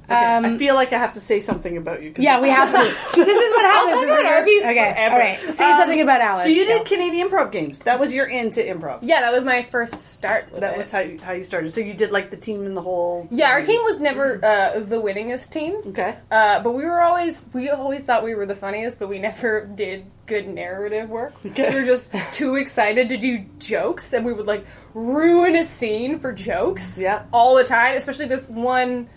um,
I feel like I have to say something about you. 'cause
yeah,
it's-
we have to. So this is what happens.
cover
is we
Oh Arby's
just- okay,
forever.
all right. Say
Um,
something about Alice.
So you did
Joe.
Canadian improv games. That was your into improv.
Yeah, that was my first start. With
That
it.
was how you, how you started. So you did like the team in the whole.
Yeah, our team was never uh, the winningest team,
Okay.
uh, but we were always we always thought we were the funniest, but we never did good narrative work.
Okay.
We were just too excited to do jokes, and we would like ruin a scene for jokes.
Yeah.
all the time. Especially this one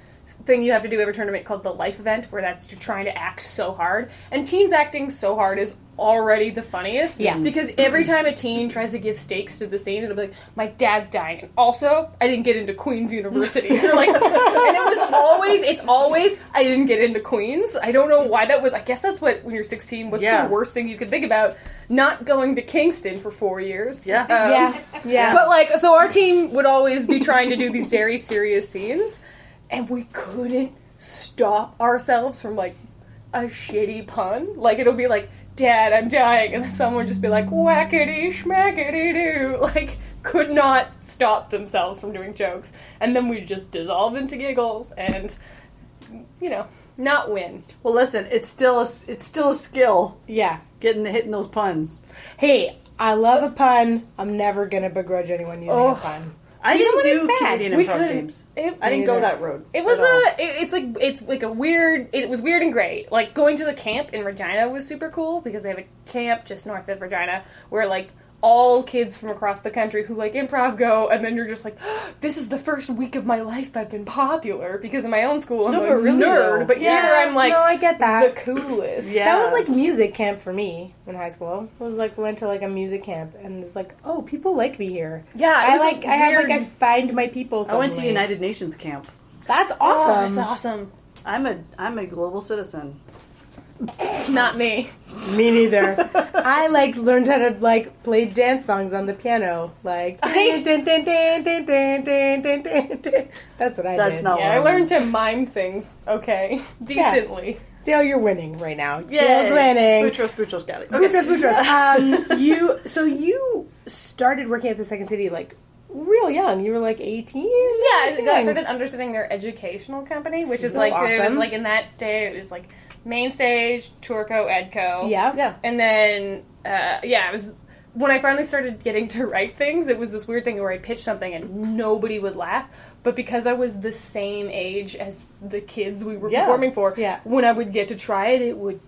thing you have to do every tournament called the life event, where that's you're trying to act so hard, and teens acting so hard is already the funniest.
Yeah.
because every time a teen tries to give stakes to the scene, it'll be like, my dad's dying, and also I didn't get into Queens University. You're like, and it was always, it's always, I didn't get into Queens. I don't know why that was. I guess that's what when you're 16. What's
Yeah.
the worst thing you could think about? Not going to Kingston for four years.
Yeah.
Um,
Yeah, yeah.
but like, so our team would always be trying to do these very serious scenes, and we couldn't stop ourselves from like a shitty pun. Like it'll be like, "Dad, I'm dying," and then someone would just be like, "Whackity schmackity doo," like could not stop themselves from doing jokes, and then we just dissolve into giggles and you know not win.
Well, listen, it's still a s- it's still a skill
yeah.
getting the, hitting those puns.
Hey, I love a pun. I'm never gonna begrudge anyone using a
Ugh.
pun.
I
Even
didn't
when
do
it's bad.
Canadian
We
improv
couldn't-
games.
it-
I didn't go
Neither.
that road.
It was
at all.
a. It, it's like it's like a weird. It was weird and great. Like going to the camp in Regina was super cool because they have a camp just north of Regina where like all kids from across the country who like improv go, and then you're just like, this is the first week of my life I've been popular because in my own school I'm
No,
a
but really,
nerd,
though.
but here I'm like
no, I get
the
that.
coolest.
Yeah.
That was like music camp for me in high school. It was like went to like a music camp and it was like, oh, people like me here.
Yeah, it
I
was,
like, I have
weird-
like I find my people.
I
Suddenly.
went to United Nations camp.
That's
Oh,
awesome.
that's awesome.
I'm a I'm a global citizen.
Not me.
Me neither. I like learned how to like play dance songs on the piano. Like
I-
dun, dun, dun, dun, dun, dun, dun, dun, dun. that's what I
That's
did.
not-
Yeah, I learned to mime things okay, decently.
Dale, you're winning right now.
Yeah,
Dale's winning.
Boutros Boutros Ghali. Okay.
Boutros, Boutros. Um, you so you started working at the Second City like real young. You were like eighteen.
Yeah, I
Young.
started understanding their educational company, which is
So
like it was
awesome.
like in that day it was like main stage, Tourco, Edco.
Yeah,
Yeah.
And then uh, yeah, it was when I finally started getting to write things, it was this weird thing where I pitched something and nobody would laugh. But because I was the same age as the kids we were
Yeah.
performing for,
Yeah.
when I would get to try it, it would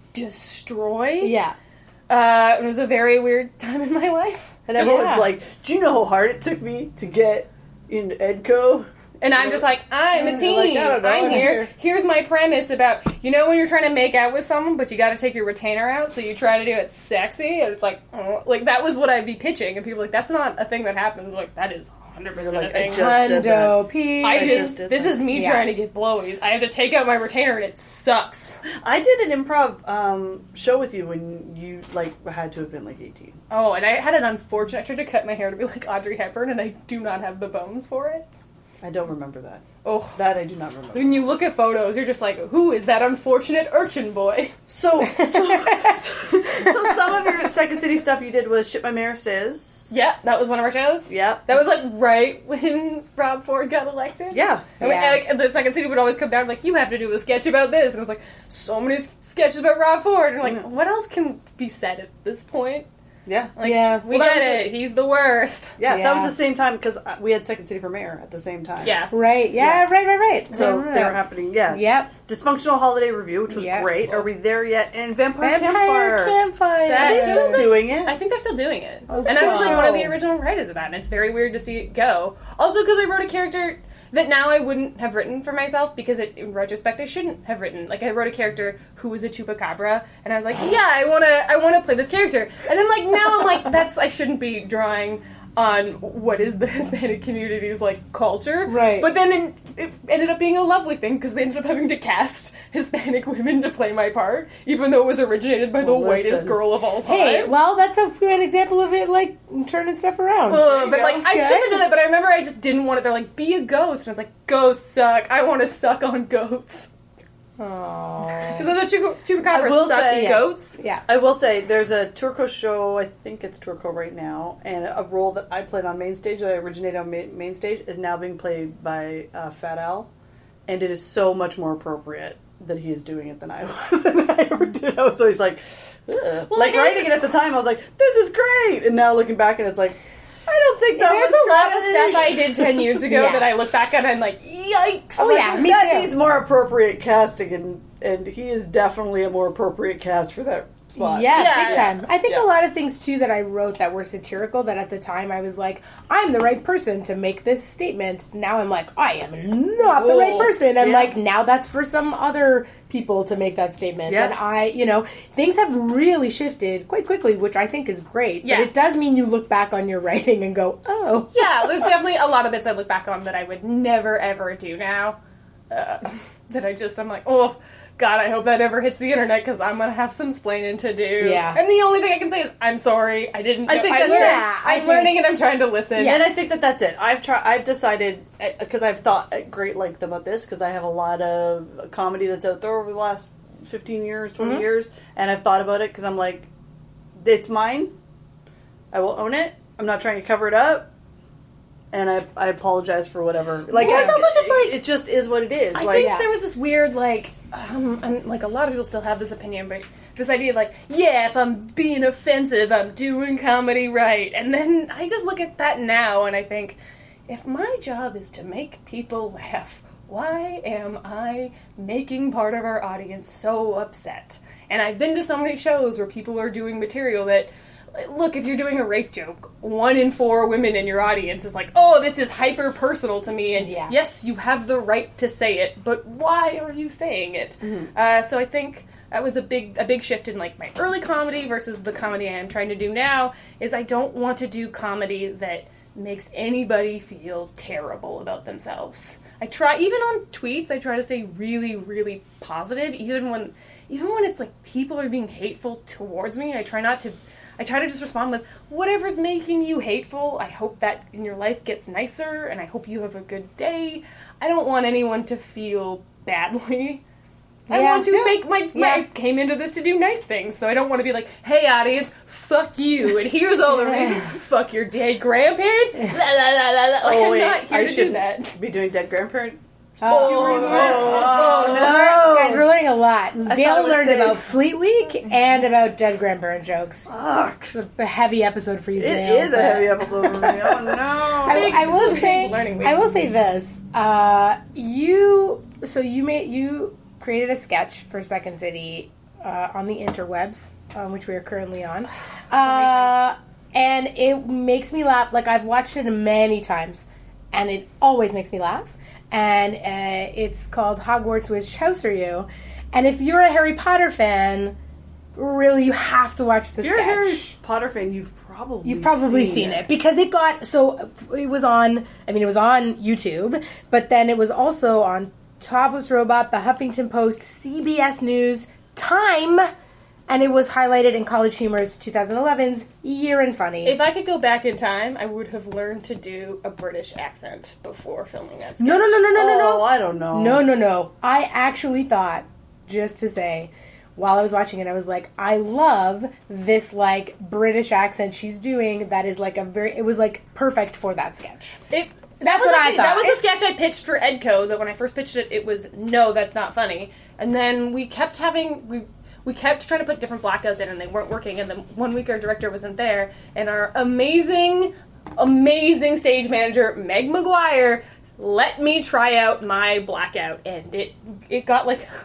destroy.
yeah.
Uh, it was a very weird time in my life.
And everyone's
Yeah.
like, "Do you know how hard it took me to get in Edco?"
And I'm just like, I'm a
You're like,
teen.
I don't know,
I'm
I'm
here.
here.
Here's my premise about you know when you're trying to make out with someone, but you got to take your retainer out, so you try to do it sexy, and it's like, oh, like that was what I'd be pitching, and people are like, that's not a thing that happens. Like that is 100 percent
You're
a
like, I
thing.
just- did that.
Hundo P.
I
I
just
just did
this
that.
is me
Yeah.
trying to get blowies. I have to take out my retainer, and it sucks.
I did an improv um, show with you when you like had to have been like 18.
Oh, and I had an unfortunate. I tried to cut my hair to be like Audrey Hepburn, and I do not have the bones for it.
I don't remember that.
Oh.
That I do not remember.
When you look at photos, you're just like, who is that unfortunate urchin boy?
So, so, so, so some of your Second City stuff you did was Shit My Mayor Says.
Yep, that was one of our shows.
Yep.
That was like right when Rob Ford got elected.
Yeah.
And we-
Yeah.
like, the second city would always come down like, you have to do a sketch about this. And I was like, so many s- sketches about Rob Ford. And like,
Yeah.
what else can be said at this point?
Yeah.
Like,
Yeah.
we
Well, that
get
was
it. He's the worst.
Yeah, that was
Yeah.
the same time because we had Second City for Mayor at the same time.
Yeah.
Right. Yeah, Right. Right. Right.
So
Right,
they were
right.
happening. Yeah.
Yep.
Dysfunctional Holiday Review, which was
Yeah.
great. Are we there yet? And Vampire,
Vampire
Campfire.
campfire.
That
Are they still doing it?
I think they're still doing it.
Oh,
and I was like
wow.
one of the original writers of that, and it's very weird to see it go. Also, because I wrote a character that now I wouldn't have written for myself because it, in retrospect I shouldn't have written. Like I wrote a character who was a chupacabra, and I was like, yeah, I wanna, I wanna play this character. And then like now I'm like, that's I shouldn't be drawing on what is the Hispanic community's like culture.
Right.
But then it, it ended up being a lovely thing because they ended up having to cast Hispanic women to play my part, even though it was originated by the
Well, listen.
whitest girl of all time.
Hey, well, that's a good example of it, like turning stuff around.
Uh, but like I
Okay.
should have done it, but I remember I just didn't want it. They're like, be a ghost, and I was like, ghosts suck. I want to suck on goats
Aww.
because I thought Chupa- chupacabra
I will
sucks
say-
goats.
Yeah.
I will say there's a Turco show. I think it's Turco right now, and a role that I played on main stage that I originated on main, main stage is now being played by uh, Fat Al, and it is so much more appropriate that he is doing it than I than I ever did. I was always like, Ugh. like
like, I-
writing it at the time, I was like, this is great, and now looking back and it's like, I don't think that
There's
was
a lot of
savage.
stuff I did ten years ago
Yeah.
that I look back at and I'm like, yikes.
Oh, yeah, me
that
too.
needs more appropriate casting, and and he is definitely a more appropriate cast for that spot.
Yeah,
Yeah.
big time. I think
Yeah.
a lot of things too that I wrote that were satirical that at the time I was like, I'm the right person to make this statement. Now I'm like, I am not the right
Whoa.
person. And
Oh, Yeah.
like now that's for some other people to make that statement.
Yeah.
And I, you know, things have really shifted quite quickly, which I think is great.
Yeah.
But it does mean you look back on your writing and go, oh.
yeah, there's definitely a lot of bits I look back on that I would never ever do now. Uh, that I just I'm like, oh God, I hope that never hits the internet because I'm gonna have some splaining to do.
Yeah.
And the only thing I can say is I'm sorry. I didn't.
I
know-
think
I'm,
that's
learning,
it.
I
I'm
think-
learning and I'm trying to listen.
Yeah.
And I
Yes.
think that that's it. I've tried. I've decided because I've thought at great length about this because I have a lot of comedy that's out there over the last fifteen years, 20
Mm-hmm.
years, and I've thought about it because I'm like, it's mine. I will own it. I'm not trying to cover it up. And I, I apologize for whatever. Like
Well, it's
I-
also just
it-
like-
it just is what it is.
I
like
think
yeah.
there was this weird like, um, and like a lot of people still have this opinion, but this idea of like, yeah, if I'm being offensive, I'm doing comedy right. And then I just look at that now and I think, if my job is to make people laugh, why am I making part of our audience so upset? And I've been to so many shows where people are doing material that look, if you're doing a rape joke, one in four women in your audience is like, oh, this is hyper personal to me. And
Yeah.
yes, you have the right to say it, but why are you saying it? Uh, so I think that was a big a big shift in like my early comedy versus the comedy I am trying to do now is I don't want to do comedy that makes anybody feel terrible about themselves. I try even on tweets I try to stay really really positive even when even when it's like people are being hateful towards me I try not to I try to just respond with whatever's making you hateful. I hope that in your life gets nicer and I hope you have a good day. I don't want anyone to feel badly. I
Yeah.
want to
Yeah.
make my, my I
Yeah.
came into this to do nice things, so I don't want to be like, "Hey audience, fuck you." And here's all the reasons. fuck your dead grandparents. la, la, la, la, la. Like,
oh
I'm
wait,
not here
I
to do
shouldn't
that.
be doing dead grandparent.
Oh.
Oh,
We're-
no.
Guys, we're learning a lot.
I
Dale
was
learned
safe.
about Fleet Week and about dead grandparent jokes.
Fuck.
It's a heavy episode for you,
It
Dale.
is a
but-
heavy episode for me. Oh
I,
no.
big-
I will
it's a big
say,
learning week.
I will say this. Uh, you, so you made you created a sketch for Second City uh, on the interwebs, um, which we are currently on, uh, and it makes me laugh. Like I've watched it many times, and it always makes me laugh. And uh, it's called Hogwarts Which House Are You? And if you're a Harry Potter fan, really, you have to watch this.
If you're a
sketch.
Harry Potter fan, you've probably
You've probably seen, it. because it got so it was on. I mean, it was on YouTube, but then it was also on Topless Robot, The Huffington Post, CBS News, Time, and it was highlighted in College Humor's 2011's Year in Funny.
If I could go back in time, I would have learned to do a British accent before filming that.
no, no, no, no, no, no,
Oh,
no.
I don't know.
No, no, no. I actually thought, just to say, while I was watching it, I was like, I love this like British accent she's doing. That is like a very. It was like perfect for that sketch.
It,
That's
that was
what I
actually,
thought.
That was the
It's-
sketch I pitched for Edco. That when I first pitched it, it was no, that's not funny. And then we kept having we we kept trying to put different blackouts in, and they weren't working. And then one week our director wasn't there, and our amazing, amazing stage manager Meg McGuire let me try out my blackout, and it it got like.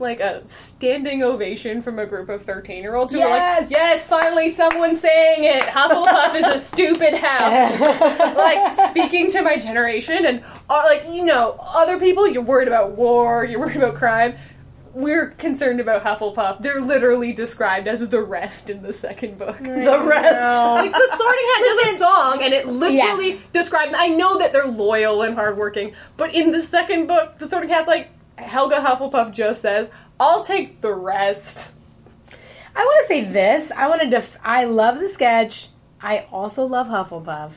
Like a standing ovation from a group of thirteen-year-olds who were
Yes!
like, "Yes, finally someone saying it." Hufflepuff is a stupid house like speaking to my generation and uh, like you know other people you're worried about war you're worried about crime we're concerned about Hufflepuff. They're literally described as the rest in the second book.
The rest.
Like the Sorting Hat does a song, and it literally
Yes.
describes. I know that they're loyal and hardworking, but in the second book, the Sorting Hat's like Helga Hufflepuff just says, "I'll take the rest."
I want to say this. I want to. Def- I love the sketch. I also love Hufflepuff.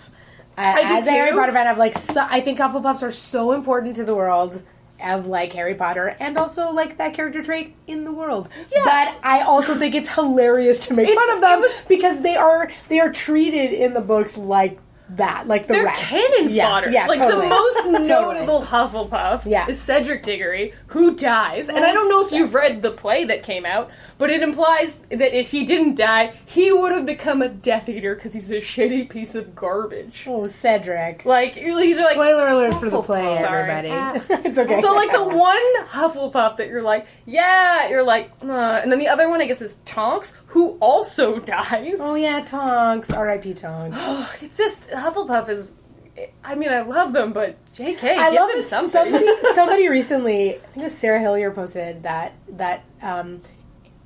I,
I do
as a Harry
too.
Potter fan, I've like. So, I think Hufflepuffs are so important to the world of like Harry Potter and also like that character trait in the world.
Yeah.
But I also think it's hilarious to make
It's-
fun of them because they are they are treated in the books like that, like the
They're
rest.
cannon
yeah,
fodder.
Yeah,
like
totally.
the most
Totally.
notable Hufflepuff
Yeah.
is Cedric Diggory, who dies. And I don't know if you've read the play that came out, but it implies that if he didn't die, he would have become a Death Eater because he's a shitty piece of garbage.
Oh, Cedric.
Like he's like
Spoiler alert for the play,
Sorry.
everybody. it's okay.
so like the one Hufflepuff that you're like, yeah, you're like, uh, and then the other one I guess is Tonks, who also dies.
Oh yeah, Tonks. R.I.P. Tonks.
It's just Hufflepuff is. I mean, I love them, but J.K.
I
give
love
them
that
something.
somebody somebody recently, I think it was Sarah Hillier posted that that um,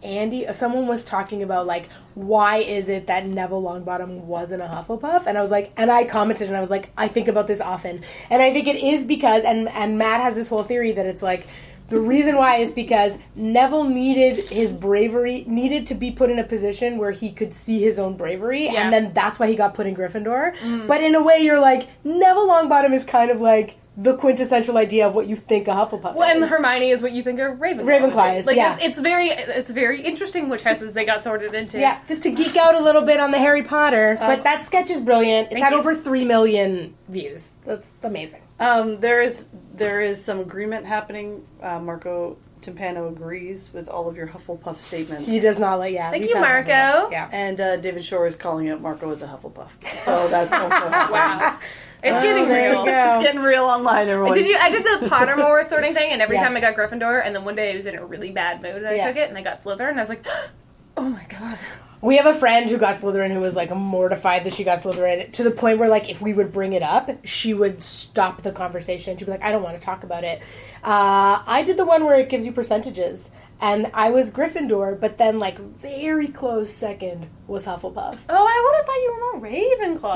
Andy uh, someone was talking about like why is it that Neville Longbottom wasn't a Hufflepuff? And I was like and I commented and I was like, I think about this often. And I think it is because and and Matt has this whole theory that it's like the reason why is because Neville needed his bravery needed to be put in a position where he could see his own bravery
Yeah. Mm.
and then that's why he got put in Gryffindor. But in a way, you're like Neville Longbottom is kind of like the quintessential idea of what you think a Hufflepuff
Well,
is.
and Hermione is what you think of Ravenclaw.
Ravenclaw is,
like
yeah.
it- it's very it's very interesting which houses they got sorted into.
yeah, just to geek out a little bit on the Harry Potter, but that sketch is brilliant. It's had
you.
over three million views. That's amazing.
Um, there is there is some agreement happening. Uh, Marco Timpano agrees with all of your Hufflepuff statements,
He does not like. Yeah,
Thank
we
you,
found
Marco.
that. Yeah,
and uh, David Shore is calling out Marco as a Hufflepuff. So that's also
Wow. It's getting
there you
real.
go.
It's getting real online, everyone.
Did you? I did the Pottermore sorting thing, and every
Yes.
time I got Gryffindor, and then one day I was in a really bad mood, and I
Yeah.
took it, and I got Slytherin, and I was like, "Oh my god!"
we have a friend who got Slytherin who was like mortified that she got Slytherin to the point where like if we would bring it up, she would stop the conversation. She'd be like, "I don't want to talk about it." Uh, I did the one where it gives you percentages, and I was Gryffindor, but then like very close second was Hufflepuff.
Oh, I would have thought you were more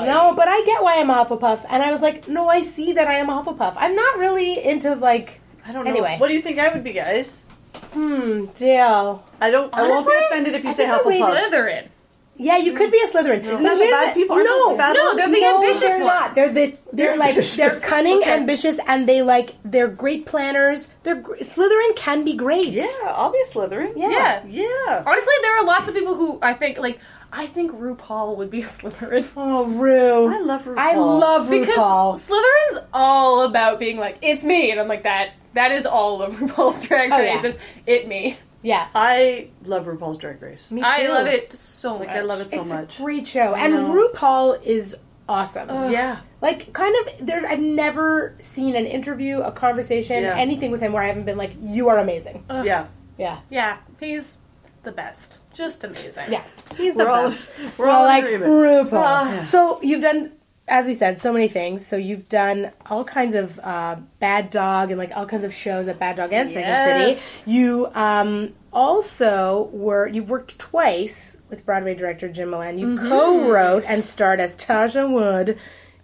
Ravenclaw.
No, but I get why I'm a Hufflepuff, and I was like, no, I see that I am a Hufflepuff. I'm not really into like,
I don't know.
Anyway.
What do you think I would be, guys?
hmm, Dale.
I don't. I won't be
Honestly,
offended if you
I
say
think I weigh
Hufflepuff.
Slytherin.
Yeah, you could be a Slytherin. Isn't
that the bad people? Aren't those
No,
the bad
no,
ones?
they're the
no,
ambitious
they're
ones.
not. They're the they're like they're
ambitious.
cunning,
Okay.
ambitious, and they like they're great planners. They're gr- Slytherin can be great.
Yeah, I'll be a Slytherin.
Yeah.
yeah.
Honestly, there are lots of people who I think like. I think RuPaul would be a Slytherin.
Oh, Rue.
I love RuPaul.
I love
because
RuPaul.
Slytherin's all about being like, it's me, and I'm like that. That is all of RuPaul's Drag
Oh,
Race.
yeah.
is It me.
Yeah,
I love RuPaul's Drag Race.
me
I
too.
love it so much.
Like I love it so
it's
much.
a great show, and
know. Oh,
RuPaul is awesome.
yeah.
like kind of there i've never seen an interview a conversation
Yeah. Uh.
anything with him where i haven't been like you are amazing
Yeah.
yeah
Yeah, he's the best. Just amazing.
yeah he's the
We're all,
best
we're all in
like
agreement.
rupaul so you've done as we said so many things so you've done all kinds of uh, bad dog and like all kinds of shows at bad dog and second
Yes.
city you um also were you've worked twice with broadway director jim milan you co-wrote and starred as taja wood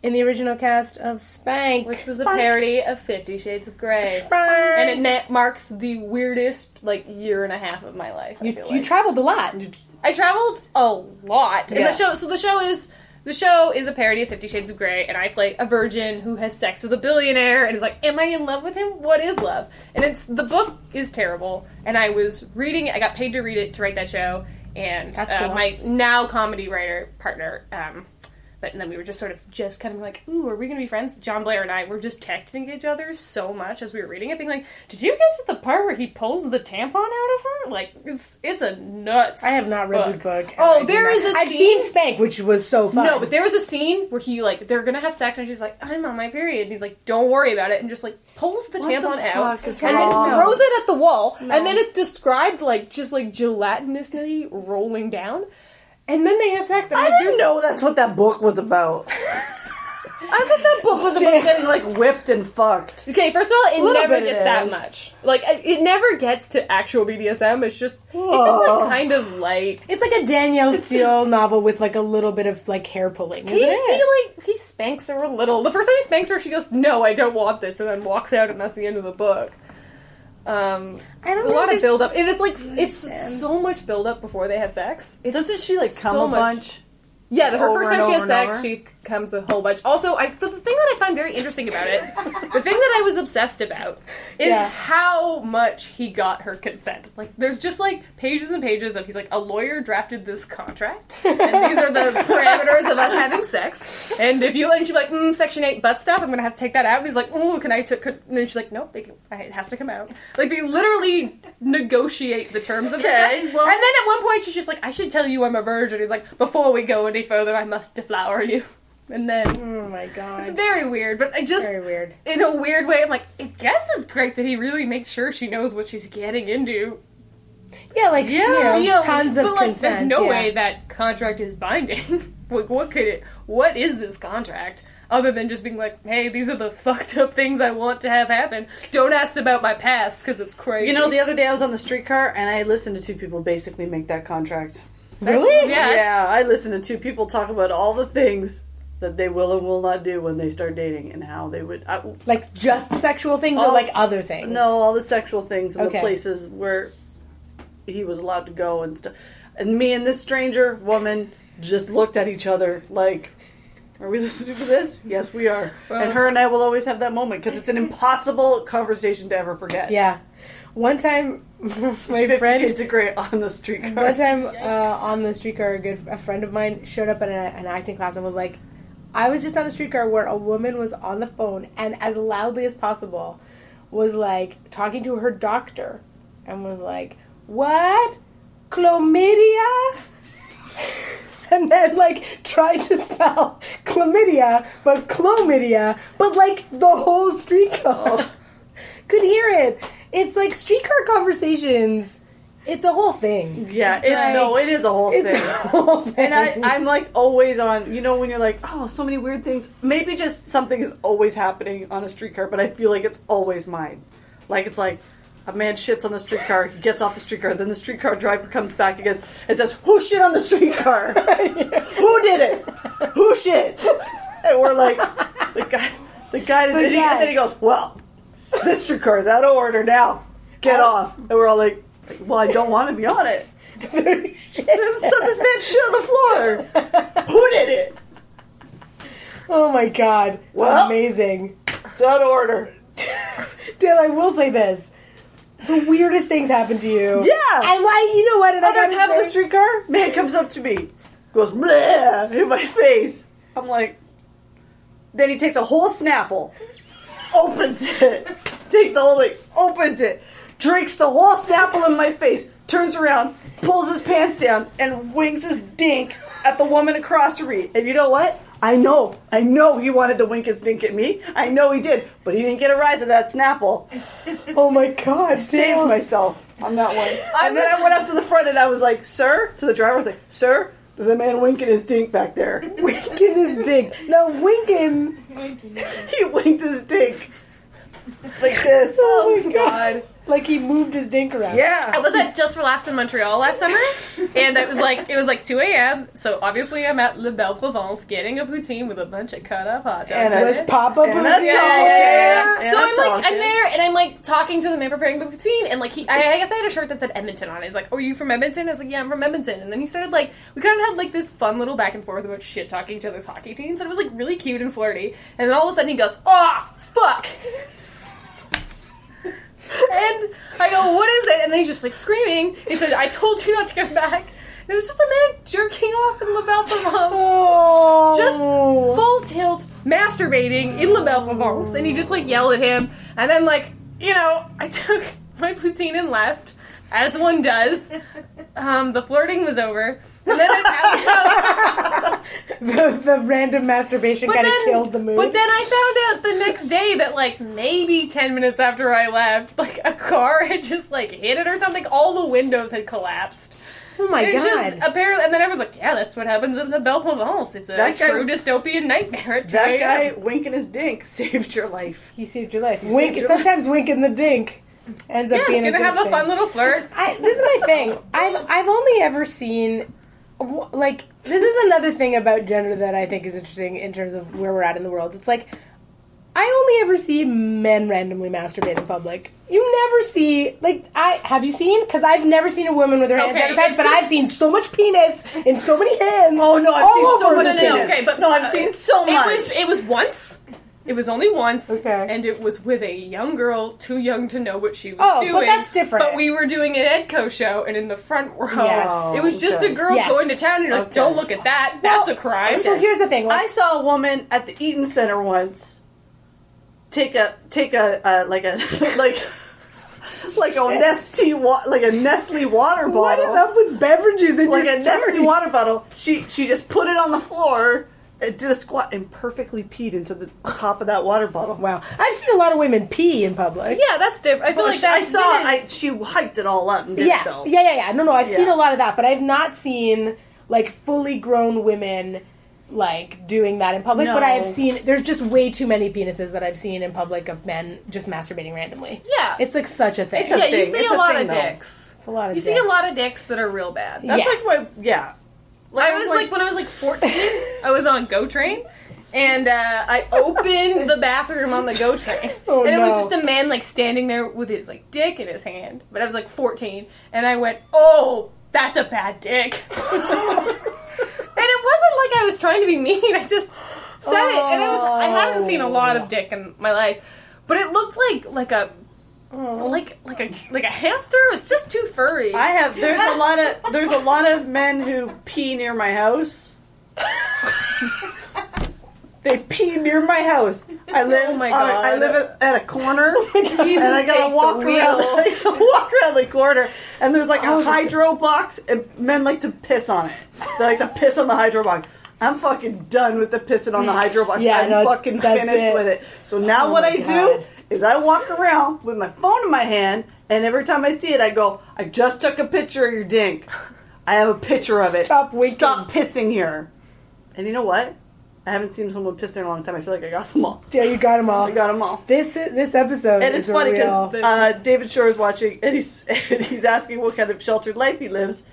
in the original cast of spank
Which was a parody of Fifty Shades of Grey.
Spank.
And it net marks the weirdest like year and a half of my life. I
You,
feel
you
like.
traveled a lot.
I traveled a lot. And
Yeah.
the show so the show is the show is a parody of Fifty Shades of Grey, and I play a virgin who has sex with a billionaire and is like, Am I in love with him? What is love? And it's the book is terrible. And I was reading I got paid to read it to write that show and
That's
uh,
cool.
my now comedy writer partner, um, but then we were just sort of just kind of like, ooh, are we gonna be friends? John Blair and I were just texting each other so much as we were reading it, being like, did you get to the part where he pulls the tampon out of her? Like, it's it's a nuts.
I have not read this book.
Oh,
I do
there
not-
is a
I've
scene-
seen Spank, which was so fun.
No, but there was a scene where he like they're gonna have sex and she's like, I'm on my period. And he's like, Don't worry about it, and just like pulls the
What
tampon
the
out
fuck is
and then
wrong?
throws it at the wall, and then it's described like just like gelatinously rolling down, and then they have sex. And
I
like,
didn't
there's
know that's what that book was about. I thought that book was about getting like whipped and fucked.
Okay, first of all, it
Little
never
bit it
gets that
is.
much. Like it it never gets to actual BDSM. It's just it's just
Whoa.
like kind of light.
It's like a Danielle Steele novel with like a little bit of like hair pulling, isn't
He,
it?
he like he spanks her a little. The first time he spanks her, she goes, "No, I don't want this," and then walks out, and that's the end of the book. Um,
I
a
don't
lot of build up. And it's like it's so much build up before they have sex. It's
Doesn't she like come
so
a
much-
bunch?
Yeah, the her
Over
first
and
time she has
over and
sex,
over.
she comes a whole bunch. Also, I, the, the thing that I find very interesting about it, the thing that I was obsessed about, is
Yeah.
how much he got her consent. Like, there's just like pages and pages of he's like, a lawyer drafted this contract, and these are the parameters of us having sex. And if you and she's like, mm, section eight butt stuff, I'm gonna have to take that out. And he's like, oh, can I? T- could-" And then she's like, nope, they can, it has to come out. Like they literally negotiate the terms of the
Okay,
sex.
well-
and then at one point she's just like, I should tell you I'm a virgin. He's like, before we go any further, I must deflower you. And then
Oh my god,
it's very weird, but I just
very weird.
in a weird way, I'm like, I guess it's great that he really makes sure she knows what she's getting into.
Yeah, like
Yeah,
you know, tons of
but like,
consent.
there's no
yeah.
way that contract is binding. like, what could it? What is this contract? Other than just being like, hey, these are the fucked up things I want to have happen. Don't ask about my past because it's crazy.
You know, the other day I was on the streetcar and I listened to two people basically make that contract.
really?
Yeah, it's-
Yeah, I listened to two people talk about all the things that they will and will not do when they start dating and how they would. I,
Like just sexual things or
Oh,
like other things?
No, all the sexual things and
Okay.
the places where he was allowed to go and stuff. And me and this stranger woman just looked at each other like, "Are we listening to this? Yes, we are." and her and I will always have that moment because it's an impossible conversation to ever forget.
Yeah. One time, my
Fifty
friend.
Shades of Grey on the streetcar.
One time uh, on the streetcar, a good a friend of mine showed up in a, an acting class and was like, "I was just on the streetcar where a woman was on the phone and as loudly as possible was like talking to her doctor and was like, what chlamydia?" And then, like, tried to spell chlamydia, but chlamydia, but like the whole streetcar could hear it. It's like streetcar conversations. It's a whole thing.
yeah, it,
like-
no, it is a whole
It's
thing.
a whole thing.
And I, I'm like always on, you know, when you're like, oh, so many weird things. Maybe just something is always happening on a streetcar, but I feel like it's always mine. Like, it's like a man shits on the streetcar, he gets off the streetcar, then the streetcar driver comes back and, goes, and says, Who shit on the streetcar? Who did it? Who shit? And we're like, The guy, the guy, is
The
and, He, and then he goes, Well, this streetcar is out of order now. Get off. And we're all like, Well, I don't want to be on it. And so this man shit on the floor. Who did it?
oh my god.
Well-
Amazing.
It's out of order.
Dale, I will say this. The weirdest things happen to you.
Yeah.
And why, you know what? And I,
I got
gotta
time on the
say-
streetcar. Man comes up to me, goes bleh in my face. I'm like, then he takes a whole Snapple, opens it, takes the whole thing, opens it, drinks the whole Snapple in my face, turns around, pulls his pants down, and winks his dink at the woman across from me. And you know what? I know, I know he wanted to wink his dink at me. I know he did, but he didn't get a rise of that Snapple.
Oh my god.
saved
Dale.
myself on that one.
I
and then I went up to the front and I was like, "Sir," to the driver. I was like, "Sir, there's a man winking his dink back there."
Winking is dick. Now, winking.
he winked his dink like this.
Oh my
God.
god. Like he moved his dink around.
I
Yeah.
was at Just for Laughs in Montreal last summer, and it was like it was like 2 a.m. So obviously I'm at Le Belle Provence getting a poutine with a bunch of cut up hot dogs.
And
in
a-
Let's
it.
pop up
And
and
that's
see
all,
how-
yeah. And
so I'm like,
talking.
I'm there, and I'm like talking to the man preparing the poutine, and like he, I, I guess I had a shirt that said Edmonton on it. He's like, "Oh, are you from Edmonton?" I was like, "Yeah, I'm from Edmonton." And then he started like, we kind of had like this fun little back and forth about shit talking each other's hockey teams, and it was like really cute and flirty. And then all of a sudden he goes, "Oh, fuck." And I go, what is it? And then he's just like screaming. He said, I told you not to come back. And it was just a man jerking off in La Belle Provence.
Oh.
Just full tilt masturbating in La Belle Provence. And he just like yelled at him. And then, like, you know, I took my poutine and left, as one does. Um, the flirting was over. And then I found out
the, the random masturbation kind of killed the mood.
But then I found out the next day that like maybe ten minutes after I left, like a car had just like hit it or something. All the windows had collapsed.
Oh my
It's
god.
just apparently, and then everyone's like, "Yeah, that's what happens in the Belle Provence. It's a
That guy-
true dystopian nightmare." At 2
That guy
a.m.
winking his dink saved your life.
he saved your life.
He
wink.
saved your
sometimes wink in the dink ends
yeah,
up being
is gonna
good
have a
thing.
fun little flirt.
I, this is my thing. I've I've only ever seen wh- like this is another thing about gender that I think is interesting in terms of where we're at in the world. It's like I only ever see men randomly masturbate in public. You never see like I have you seen? Because I've never seen a woman with her hands
Okay,
on her pants,
it's
but
just-
I've seen so much penis in so many hands.
Oh no, I've
all
seen so
over
much.
the
no, no, no,
place.
penis.
okay, but-
no, I've seen so
It
much.
was it was once. It was only once,
Okay.
and it was with a young girl, too young to know what she was
Oh, but
doing.
that's different.
But we were doing an Edco show, and in the front row,
Yes.
it was just
Okay.
a girl
Yes.
going to town, and you're like,
Okay.
"Don't look at that. That's a crime."
So here's the thing. Like,
I saw a woman at the Eaton Center once take a take a uh, like a like like a Nestle wa- like a Nestle water bottle.
what is up with beverages in
Like
your
a Nestle
stories?
water bottle. She she just put it on the floor, and did a squat, and perfectly peed into the top of that water bottle.
Wow, I've seen a lot of women pee in public.
yeah, that's different. I feel
Well,
like
she- I
that's
saw.
women-
I she hyped it all up. And did
yeah,
it though.
yeah, yeah, yeah. No, no, I've seen
Yeah.
a lot of that, but I've not seen like fully grown women like doing that in public. But I have
No.
seen there's just way too many penises that I've seen in public of men just masturbating randomly.
Yeah.
it's like such a thing. It's
a
yeah, you
thing.
see
It's a
a lot
thing,
of
though.
dicks.
a lot of
You see a lot of dicks that are real bad.
That's
Yeah.
like my yeah. Like,
I was like, when I was like 14, I was on Go Train. And uh, I opened the bathroom on the Go Train,
Oh,
and it was
no.
just a man like standing there with his like dick in his hand. But I was like 14, and I went, "Oh, that's a bad dick." and it wasn't like I was trying to be mean. I just said it, and I was I hadn't seen a lot of dick in my life, but it looked like like a like like a like a hamster. It was just too furry.
Oh. I have there's a lot of there's a lot of men who pee near my house. they pee near my house. I live
my
on a- I
God.
live at, at a corner
Jesus,
and I
take
gotta
the
walk around
wheel.
like, walk around the corner and there's like
Oh,
a hydro box and men like to piss on it. They like to piss on the hydro box. I'm fucking done with the pissing on the hydro box.
Yeah,
I'm
no, it's-
fucking
that's
finished
it.
with it. So now
Oh
what
my
I
God.
do is I walk around with my phone in my hand, and every time I see it, I go, I just took a picture of your dink. I have a picture of it.
Stop winking.
Stop pissing here. And you know what? I haven't seen someone piss in a long time. I feel like I got them all.
yeah, you got them all.
I got them all.
This this episode
And
is
it's funny
because
because
real-
uh, David Shore is watching, and he's and he's asking what kind of sheltered life he lives.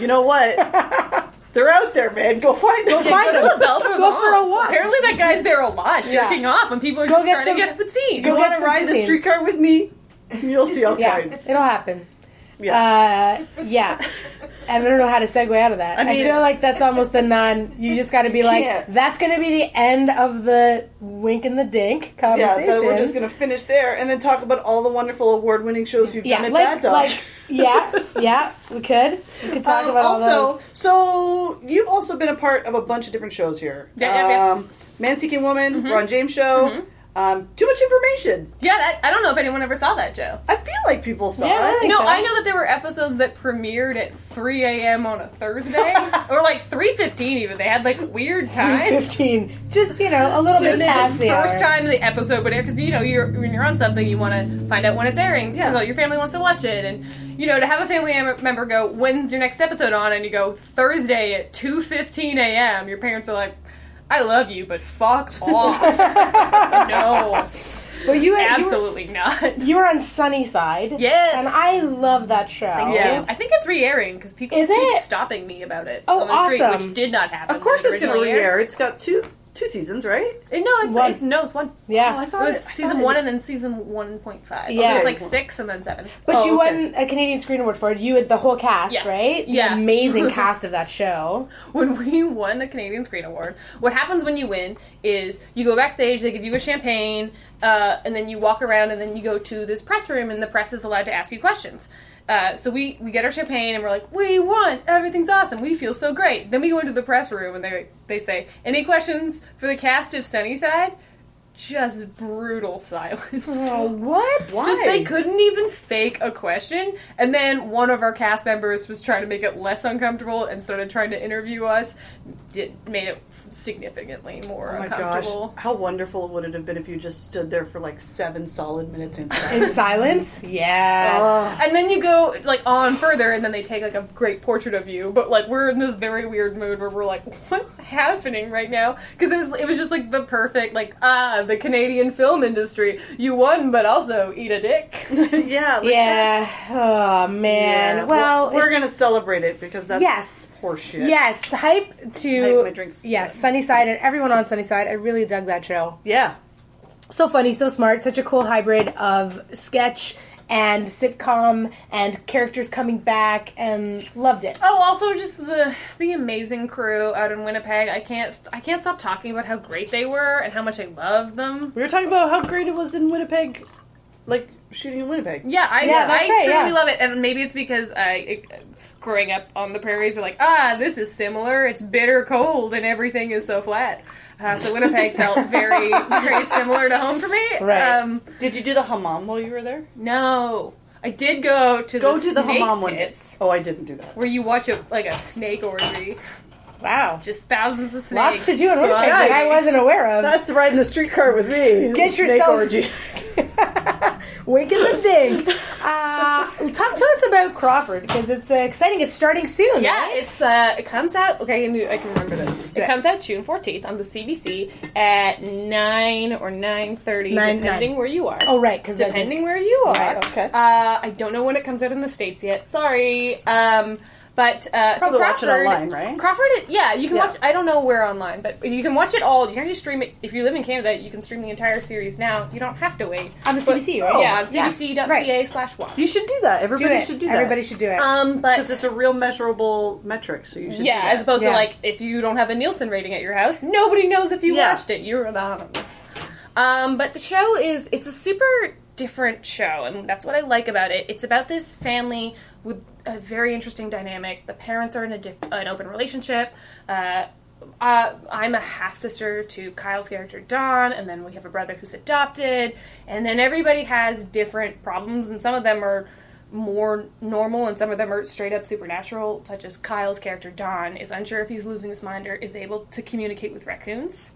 You know what? They're out there, man. Go find them. Go
find
Go to the Belle Provence.
Go for a walk.
Apparently, that guy's there a lot, jerking off, and people are
Go
just
get
trying
some-
to get poutine.
go-
You
get
want to
some
ride the
poutine.
streetcar with me? You'll see all
yeah,
kinds.
it'll happen.
Yeah.
Uh, yeah. And I don't know how to segue out of that. I,
mean-
feel like that's almost a non. You just got to be like,
can't.
that's going to be the end of the wink and the dink
Yeah,
conversation.
but we're just going to finish there and then talk about all the wonderful award-winning shows you've
yeah,
done at
like,
Bad Dog.
like, yeah, yeah, we could. We could talk
Um,
about all
also,
those.
so you've also been a part of a bunch of different shows here.
Yeah, yeah, yeah.
Um, Man Seeking Woman, Ron James Show. Um, too much information.
Yeah, that, I don't know if anyone ever saw that, Joe.
I feel like people saw
Yeah, I
it.
think
No,
so.
I know that there were episodes that premiered at 3 a.m. on a Thursday, or like 3:15 even. They had like weird times.
15. Just, you know, a little
It was
bit past
the
the
first
hour.
time the episode would air because you know you're when you're on something you want to find out when it's airing because
Yeah.
all your family wants to watch it and you know to have a family em- member go when's your next episode on and you go Thursday at two fifteen a.m. your parents are like I love you but fuck off no
Well, you, you, were,
absolutely not
you were on Sunnyside.
Yes.
And I love that show.
Yeah.
I think it's re-airing because people
Is
keep
it?
stopping me about it
Oh,
on the street
awesome.
which did not happen
Of course,
when
it's
it
going to
originally aired.
re-air. It's got two two seasons, right?
Uh, no it's,
One.
it's no it's one
Yeah.
Oh, I
It
thought
was
I
season
thought
one
it-
and then season one point five. Yeah,
Yeah.
so it was like six and then seven.
But
Oh,
you
okay.
won a Canadian Screen Award for it. You had the whole cast,
Yes.
right? The
Yeah.
amazing cast of that show.
When we won a Canadian Screen Award, what happens when you win is you go backstage, they give you a champagne, uh, and then you walk around, and then you go to this press room, and the press is allowed to ask you questions. Uh, so we, we get our champagne and we're like, we won, everything's awesome, we feel so great. Then we go into the press room and they they say, any questions for the cast of Sunnyside? just brutal silence.
Oh, what?
Why?
Just they couldn't even fake a question, and then one of our cast members was trying to make it less uncomfortable and started trying to interview us. Did made it significantly more
Oh my gosh!
uncomfortable.
How wonderful would it have been if you just stood there for like seven solid minutes in
In
silence?
silence? Yes.
Ugh.
And then you go like on further, and then they take like a great portrait of you. But like we're in this very weird mood where we're like, what's happening right now? Because it was it was just like the perfect like ah the Canadian film industry. You won, but also eat a dick.
yeah, like
yeah.
that's-
Oh man.
yeah.
Well,
we're
it's-
gonna celebrate it because that's
Yes.
horseshit.
Yes, hype to
Hype my drinks.
Yes, Sunnyside and everyone on Sunnyside. I really dug that show.
yeah.
So funny, so smart, such a cool hybrid of sketch and sitcom and characters coming back and loved it.
Oh, also just the the amazing crew out in Winnipeg. I can't I can't stop talking about how great they were and how much I love them.
We were talking about how great it was in Winnipeg, like shooting in Winnipeg.
Yeah, I
Yeah,
I
that's right,
truly
yeah.
love it, and maybe it's because I. It, Growing up on the prairies, are like, ah, this is similar. It's bitter cold, and everything is so flat. Uh, so Winnipeg felt very, very similar to home for me.
Right.
Um,
Did you do the hammam while you were there?
no, I did go to
Go
the
to the
snake
hammam one. day.
pits,
Oh, I didn't do that.
where you watch a like a snake orgy,
Wow.
just thousands of snakes.
Lots to do in Winnipeg that I wasn't aware of.
That's the ride in the streetcar with me.
Get
Snake
yourself-
orgy.
Wink in the ding. Uh, talk to us about Crawford because it's uh, exciting. It's starting soon.
Yeah,
right?
it's uh, it comes out. Okay, I can, do, I can remember this. It
Yeah.
comes out June fourteenth on the CBC at nine or nine thirty,
Nine,
depending
nine.
where you are.
Oh right, because
depending where you are.
Right,
okay.
Uh, I don't know when it comes out in the states yet. Sorry. Um, but uh, so
Probably watch
Crawford,
it online, right?
Crawford, yeah, you can
Yeah.
watch. I don't know where online, but you can watch it all. You can actually stream it if you live in Canada. You can stream the entire series now. You don't have to wait
On the CBC, right?
Yeah, on
oh, Yeah.
cbc.ca/slash watch.
Oh, You should do that.
do
Everybody
it.
should do that.
Everybody should do it.
Um, but
because it's a real measurable metric. So you should.
Yeah,
do that.
as opposed
Yeah.
to like if you don't have a Nielsen rating at your house, nobody knows if you
Yeah.
watched it. You're anonymous. Um, but the show is it's a super different show, and that's what I like about it. It's about this family with a very interesting dynamic. The parents are in a diff- an open relationship. Uh, uh, I'm a half sister to Kyle's character Dawn, and then we have a brother who's adopted, and then everybody has different problems, and some of them are more normal, and some of them are straight up supernatural, such as Kyle's character Don is unsure if he's losing his mind or is able to communicate with raccoons.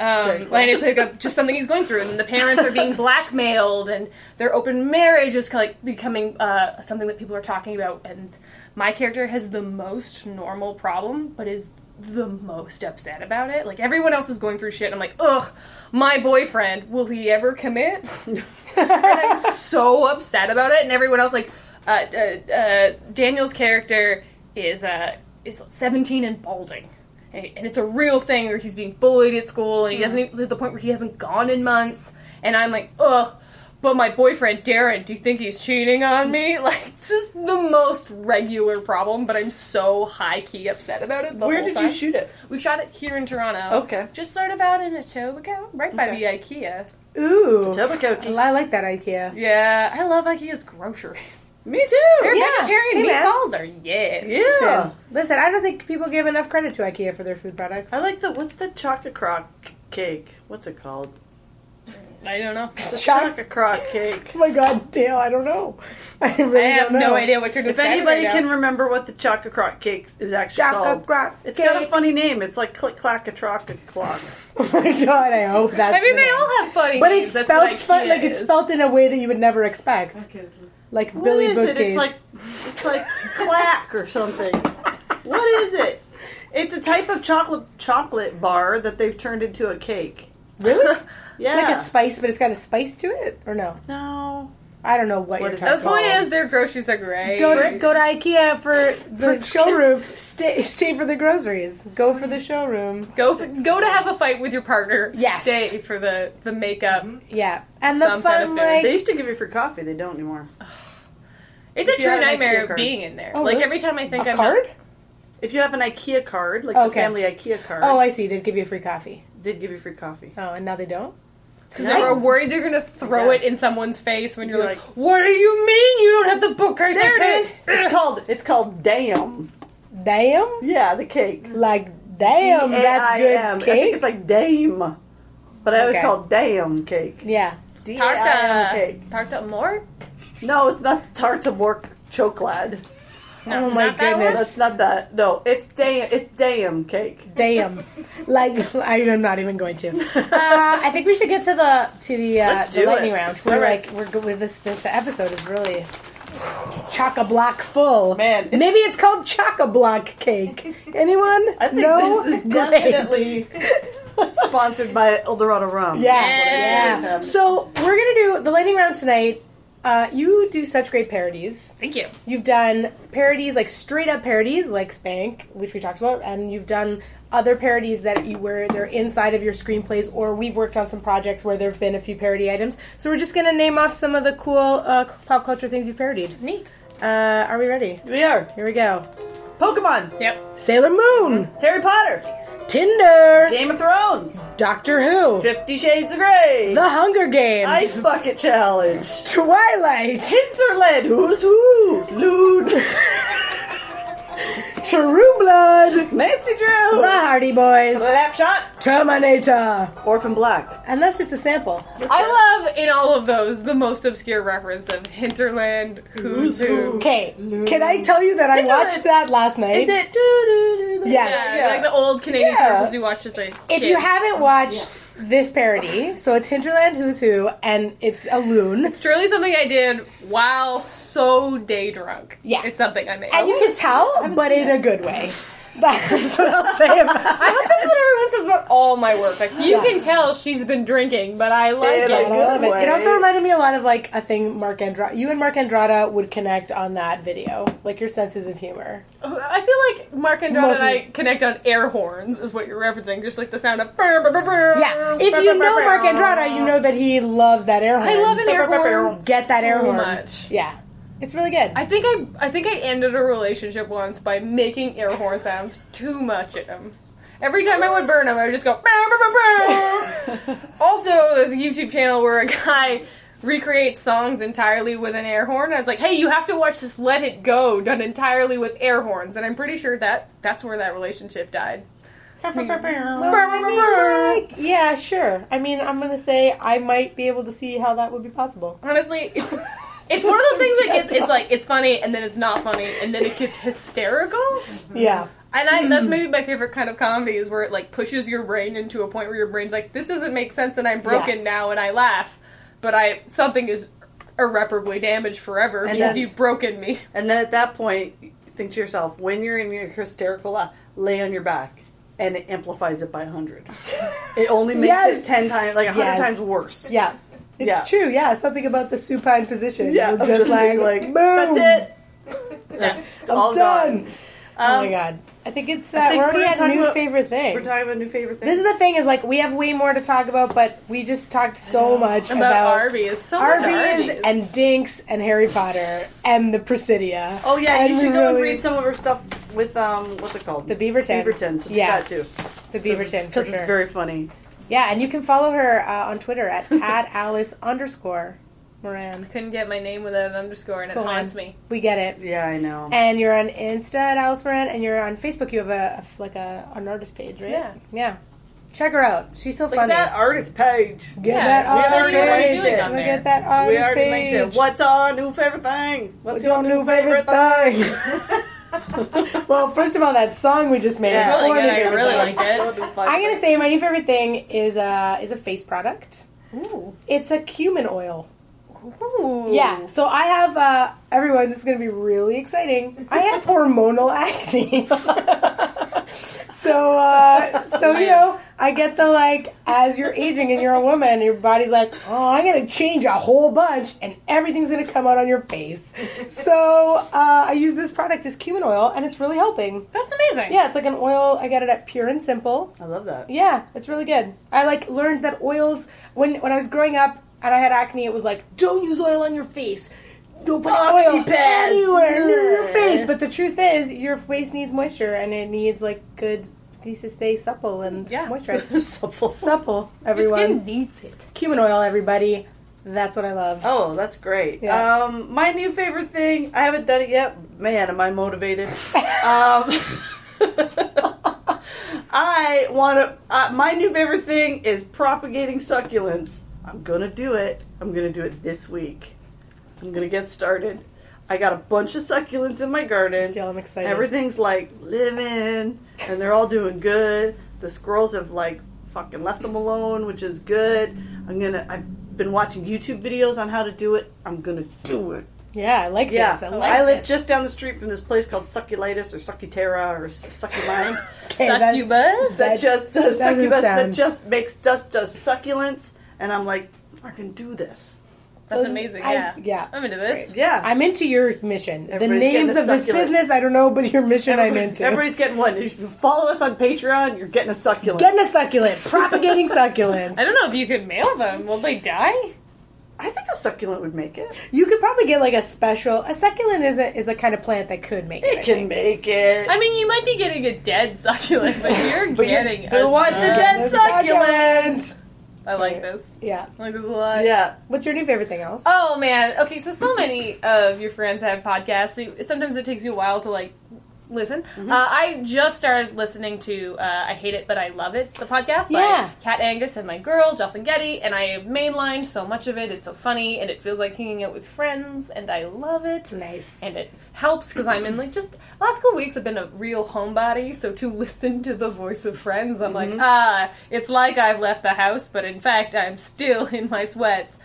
Um, and it's like a, just something he's going through, and the parents are being blackmailed, and their open marriage is like becoming uh, something that people are talking about. And my character has the most normal problem, but is the most upset about it. Like everyone else is going through shit, and I'm like, ugh, my boyfriend, will he ever commit? and I'm so upset about it. And everyone else, like uh, uh, uh, Daniel's character, is uh, is 17 and balding, and and it's a real thing where he's being bullied at school, and he
Mm-hmm.
doesn't even, to the point where he hasn't gone in months. And I'm like, ugh. But my boyfriend Darren, do you think he's cheating on me? Like, it's just the most regular problem. But I'm so high key upset about it. The
where
whole
did
time.
you shoot it?
We shot it here in Toronto.
Okay.
Just sort of out in Etobicoke, right by
Okay.
the IKEA.
Ooh,
Tobacoki.
I like that IKEA.
Yeah, I love IKEA's groceries.
Me too.
Their
Yeah.
vegetarian
Hey, man.
meatballs are yes.
Yeah.
Listen, listen, I don't think people give enough credit to IKEA for their food products.
I like the what's the chocolate croc cake? What's it called?
I don't know.
The
Choc-
chocolate croc cake.
oh my god, Dale, I don't know. I really
I have
don't know.
no idea what you're
if
describing.
anybody
right
can
now.
remember what the chocolate croc cake is actually
Chocolate
called,
croc
it's got a
cake.
funny name. It's like click clack a trock a clock.
Oh my god, I hope that's.
I mean,
the
they
name.
all have funny.
But
names.
it's
That's
spelled
what
fun,
IKEA
like it's
is.
spelled in a way that you would never expect, like
What
Billy
is
Bookcase.
it? It's like it's like clack or something. What is it? It's a type of chocolate chocolate bar that they've turned into a cake.
really
Yeah.
like a spice, but it's got a spice to it, or no?
no.
I don't know what,
What
you're
is
talking.
The
about.
point is, their groceries are great.
Oh, Go to, go to IKEA for the showroom. Stay stay for the groceries. Go for the showroom.
go for, go to have a fight with your partner.
Yes.
Stay for the the makeup.
Mm-hmm.
Yeah, and the
Some sort of
fun
food.
like
They used to give you free coffee. They don't anymore.
It's a
If you
true
have an IKEA
nightmare of
card.
being in there.
Oh,
like
really?
every time I think
a
I'm
card.
If you have an IKEA card, like the
Okay.
family IKEA card,
Oh, I see. They'd give you free coffee.
did give you free coffee.
Oh, and now they don't.
because
No.
they're worried they're gonna throw
Yeah.
it in someone's face when you're,
You're
like,
like,
"What do you mean you don't have the book cards?"
There
I
it is.
paid?"
It's called it's called damn.
Damn,
Yeah, the cake.
like damn, that's
D A I M. I
good
think
cake.
it's like dame. But I always
Okay.
call it damn cake.
Yeah.
cake.
Tarta. Tarta more?
No, it's not tartamork chocolate.
No,
Oh my
not that
goodness.
one?
That's not that. No, it's damn. It's damn cake.
Damn. Like I am not even going to. Uh, I think we should get to the to the, uh,
Let's
the
do
lightning
it.
round. We're
All right.
like we're good with this. This episode is really chock a block full.
Man, it's-
maybe it's called chock a block cake. Anyone?
I think
no?
this is
Great.
definitely sponsored by Eldorado Rum.
Yeah.
Yes.
Yeah. So we're gonna do the lightning round tonight. Uh, you do such great parodies.
Thank you.
You've done parodies like straight up parodies like Spank, which we talked about, and you've done other parodies that you where they're inside of your screenplays, or we've worked on some projects where there have been a few parody items. So we're just gonna name off some of the cool uh, pop culture things you've parodied.
Neat.
Uh, are we ready?
We are
Here we go.
Pokemon,
Yep.
Sailor Moon,
Harry Potter,
Tinder,
Game of Thrones,
Doctor Who,
Fifty Shades of Grey,
The Hunger Games,
Ice Bucket Challenge,
Twilight,
Hinterland, Who's Who, Lude,
True Blood,
Nancy
The
Drew, Ah.
Hardy Boys,
Slapshot,
Terminator,
Orphan Black.
and that's just a sample.
I love in all of those the most obscure reference of Hinterland Who's Who.
Okay,
Mm.
can I tell you that I
It's all
watched
right.
that last night?
Is it? doo-doo-doo-doo?
Yes.
Yeah,
Yeah.
like the old Canadian
Yeah.
commercials you watch as a
If
kid.
you haven't watched this parody, so it's Hinterland Who's Who, and it's a loon.
It's truly something I did while so day drunk.
Yeah.
It's something I made.
And you can tell, but in a good way. That's what I'll say about
I hope that's what everyone says about all my work. Like you
Yeah.
can tell she's been drinking, but I like
And I
it.
And I love it. It also
way.
reminded me a lot of like a thing Mark Andrada. You and Mark Andrada would connect on that video, like your senses of humor.
I feel like Mark and John and I connect on air horns, is what you're referencing, just like the sound of. brr, brr, brr, brr,
Yeah,
brr,
if
brr,
you
brr,
know
brr.
Mark Andrada, you know that he loves that air horn.
I love an air
Brr, brr, brr,
horn.
Get that air
so
horn.
much.
Yeah, it's really good.
I think I I think I ended a relationship once by making air horn sounds too much at him. Every time I would burn him, I would just go. "Brr, brr, brr, brr." also, there's a YouTube channel where a guy recreates songs entirely with an air horn. I was like, hey, you have to watch this "Let It Go" done entirely with air horns, and I'm pretty sure that that's where that relationship died.
Well, I mean, like, yeah, sure. I mean, I'm gonna say I might be able to see how that would be possible.
Honestly, it's. It's one of those things that gets, it's like, it's funny, and then it's not funny, and then it gets hysterical.
Yeah,
And I, that's maybe my favorite kind of comedy is where it like pushes your brain into a point where your brain's like, this doesn't make sense, and I'm broken
Yeah.
now, and I laugh, but I something is irreparably damaged forever
And
because
that's-
you've broken me.
And then at that point, think to yourself, when you're in your hysterical laugh, lay on your back. And it amplifies it by 100. It only makes
Yes.
it 10 times, like 100
Yes.
times worse.
yeah, it's
Yeah.
true. Yeah, something about the supine position.
Yeah,
You're
I'm
just, like,
being
boom,
That's it.
Yeah.
It's
I'm
all
done.
gone.
oh
Um,
my god, I think it's uh,
I think
we're already
we're
at
talking
new
about-
favorite thing.
We're talking about new favorite things.
this is the thing is like we have way more to talk about, but we just talked so much
About,
about.
Arby's, so much
Arby's
Arby's.
and Dinks and Harry Potter and the Presidia.
oh yeah, you
and
should go and
really-
read some of her stuff with um, what's it called?
The Beaverton.
Beaverton. So do
Yeah.
that too.
the Beaverton for
because
sure.
it's very funny.
Yeah, and you can follow her uh, on Twitter at, at Alice underscore Moran.
couldn't get my name without an underscore, and
Go
it
on.
haunts me.
We get it.
Yeah, I know.
And you're on Insta at Alice Moran, and you're on Facebook. You have a, a- like a an artist page, right?
Yeah.
yeah. Check her out. She's so
Look at
funny.
that artist page.
Get
Yeah,
that
we already
artist
linked
page.
it on
Look
there.
at that
We
artist
already linked
page.
it. What's our new favorite thing?
What's
What's,
your new favorite thing? well, first of all, that song we just made.
Yeah.
is
It's really
one
good.
of
I
your
really
favorites.
like it.
I'm gonna say my new favorite thing is a is a face product.
Ooh.
It's a cumin oil.
Ooh.
Yeah. So I have uh, everyone. This is going to be really exciting. I have hormonal acne. so, uh, so you know, I get the like as you're aging and you're a woman, your body's like, oh, I'm going to change a whole bunch, and everything's going to come out on your face. So uh, I use this product, this cumin oil, and it's really helping.
That's amazing.
Yeah, it's like an oil. I get it at Pure and Simple.
I love that.
Yeah, it's really good. I like learned that oils when when I was growing up and I had acne, it was like don't use oil on your face. Don't put
Oxy
oil
pads.
anywhere near your
Yeah.
face. But the truth is, your face needs moisture and it needs like good needs to stay supple and
Yeah.
moisturized.
Supple.
supple,
Your
everyone.
skin needs it.
Cumin oil, everybody. That's what I love.
Oh, that's great.
Yeah.
Um, my new favorite thing. I haven't done it yet. Man, am I motivated? um, I want to. Uh, my new favorite thing is propagating succulents. I'm gonna do it. I'm gonna do it this week. I'm gonna get started. I got a bunch of succulents in my garden.
Yeah, I'm excited.
Everything's like living, and they're all doing good. The squirrels have like fucking left them alone, which is good. I'm gonna. I've been watching YouTube videos on how to do it. I'm gonna do it.
Yeah, I like
Yeah, Oh,
this. I
I,
like
live
this.
just down the street from this place called Succulitis or Succutera or S- Succulent.
Okay, that-
Succubus?
that
That
just does
doesn't
succubus that
sound-
just makes just does succulents, and I'm like, I can do this.
That's amazing.
I-
yeah.
yeah.
I'm into this.
Yeah,
I'm into your mission. the
Everybody's getting
names
a
of this
succulent.
business, I don't know, but your mission I'm into.
Everybody's getting one. If you follow us on Patreon, you're getting a succulent.
Getting a succulent, propagating succulents.
I don't know if you could mail them. Will they die?
I think a succulent would make it.
You could probably get like a special. A succulent is a is a kind of plant that could make it. I
It can make it.
I mean, you might be getting a dead succulent, but you're
But you-
getting
who
a
wants a
succulent.
dead succulent?
I like this.
Yeah.
I like this a lot.
Yeah.
What's your new favorite thing else?
Oh man. Okay, so so many of your friends have podcasts. So you- sometimes it takes you a while to like listen. Uh, I just started listening to uh, "I Hate It But I Love It" the podcast by
Yeah.
Kat Angus and my girl Jocelyn Getty, and I have mainlined so much of it. It's so funny, and it feels like hanging out with friends, and I love it.
Nice.
And it helps because I'm in like just last couple weeks I've been a real homebody, so to listen to the voice of friends, I'm
Mm-hmm.
like, ah, it's like I've left the house, but in fact I'm still in my sweats.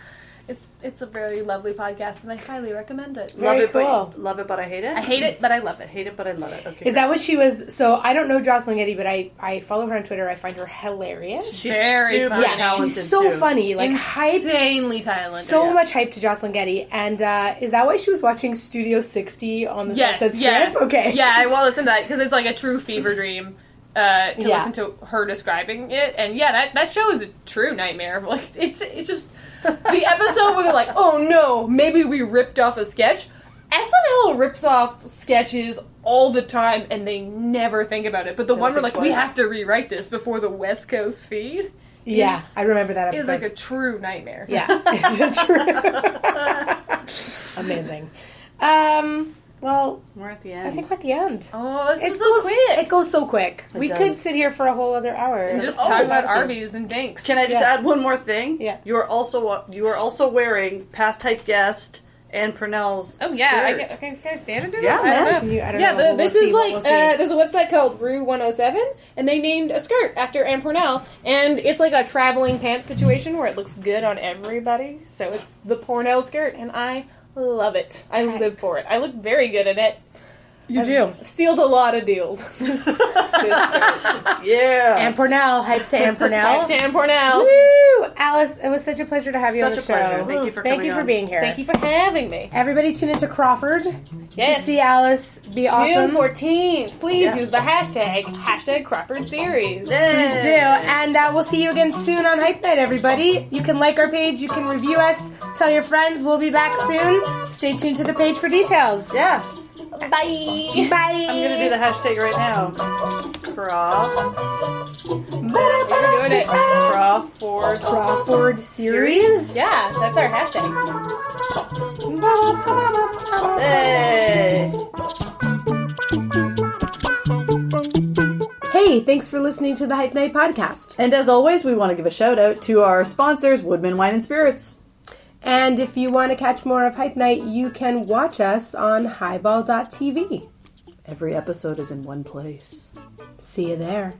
It's it's a very lovely podcast, and I highly recommend it.
Very
love it, but
cool.
love it, but I hate it.
I hate it, but I love it.
hate it, but I love it. Okay.
Is that what she was? So I don't know Jocelyn Getty, but I I follow her on Twitter. I find her hilarious.
She's
Very
super
funny. Yeah, she's
yeah,
talented
she's so
too.
funny, like hype,
Insanely talented.
so
yeah.
much hype to Jocelyn Getty. And uh, is that why she was watching Studio 60 on the Sunset
Yes, yeah.
Strip? Okay,
Yeah, I will listen to that because it's like a true fever dream. Uh, to
Yeah.
listen to her describing it, and yeah, that, that show is a true nightmare. Like it's it's just the episode where they're like, oh no, maybe we ripped off a sketch. SNL rips off sketches all the time, and they never think about it. But the one where
think
like we
twice.
have to rewrite this before the West Coast feed
yeah,
Is-
I remember that episode.
is like a true nightmare.
Yeah, it's true. Amazing. Um, well,
We're at the
I
end.
think we're at the end.
Oh, this was
It
so
goes
quick.
It goes so quick.
It
we
does.
could sit here for a whole other hour.
And just
Oh,
talk about
nothing.
Arby's and Dinks.
Can I just
Yeah.
add one more thing?
Yeah.
You are also uh, you are also wearing past type guest and Purnell's.
Oh yeah, I
skirt.
can, can, can I stand into this?
Yeah,
I don't
man.
know.
You- I don't
yeah,
know.
the-
We'll-
this
we'll
is
see.
like
We'll see.
uh, there's a website called Rue 107, and they named a skirt after Anne Pornell, and it's like a traveling pants situation where it looks good on everybody. So it's the Pornell skirt, and I love it. I live for it. I look very good in it.
you do.
I've sealed a lot of deals. this, this skirt.
Yeah.
Ann Pornell, hype to Ann
Back to
Pornell.
Ann Pornell.
Woo! Alice, it was such a pleasure to have you on the
Such
show.
a pleasure. Thank you for
Thank
coming
you for
on.
being here.
Thank you for having me.
Everybody tune into Crawford to
Yes.
see Alice be
June
awesome.
14th. Please use the hashtag, hashtag Crawford Series.
Please do. And uh, we'll see you again soon on Hype Night, everybody. You can like our page, you can review us, tell your friends. We'll be back soon. Stay tuned to the page for details.
Yeah.
Bye.
Bye.
I'm gonna do the hashtag right now. Craw
We're doing it.
craw for
Crawford series.
Yeah, that's our hashtag.
Hey.
Hey, thanks for listening to the Hype Night podcast.
And as always, we want to give a shout out to our sponsors, Woodman Wine and Spirits.
And if you want to catch more of Hype Night, you can watch us on highball.tv.
Every episode is in one place.
See you there.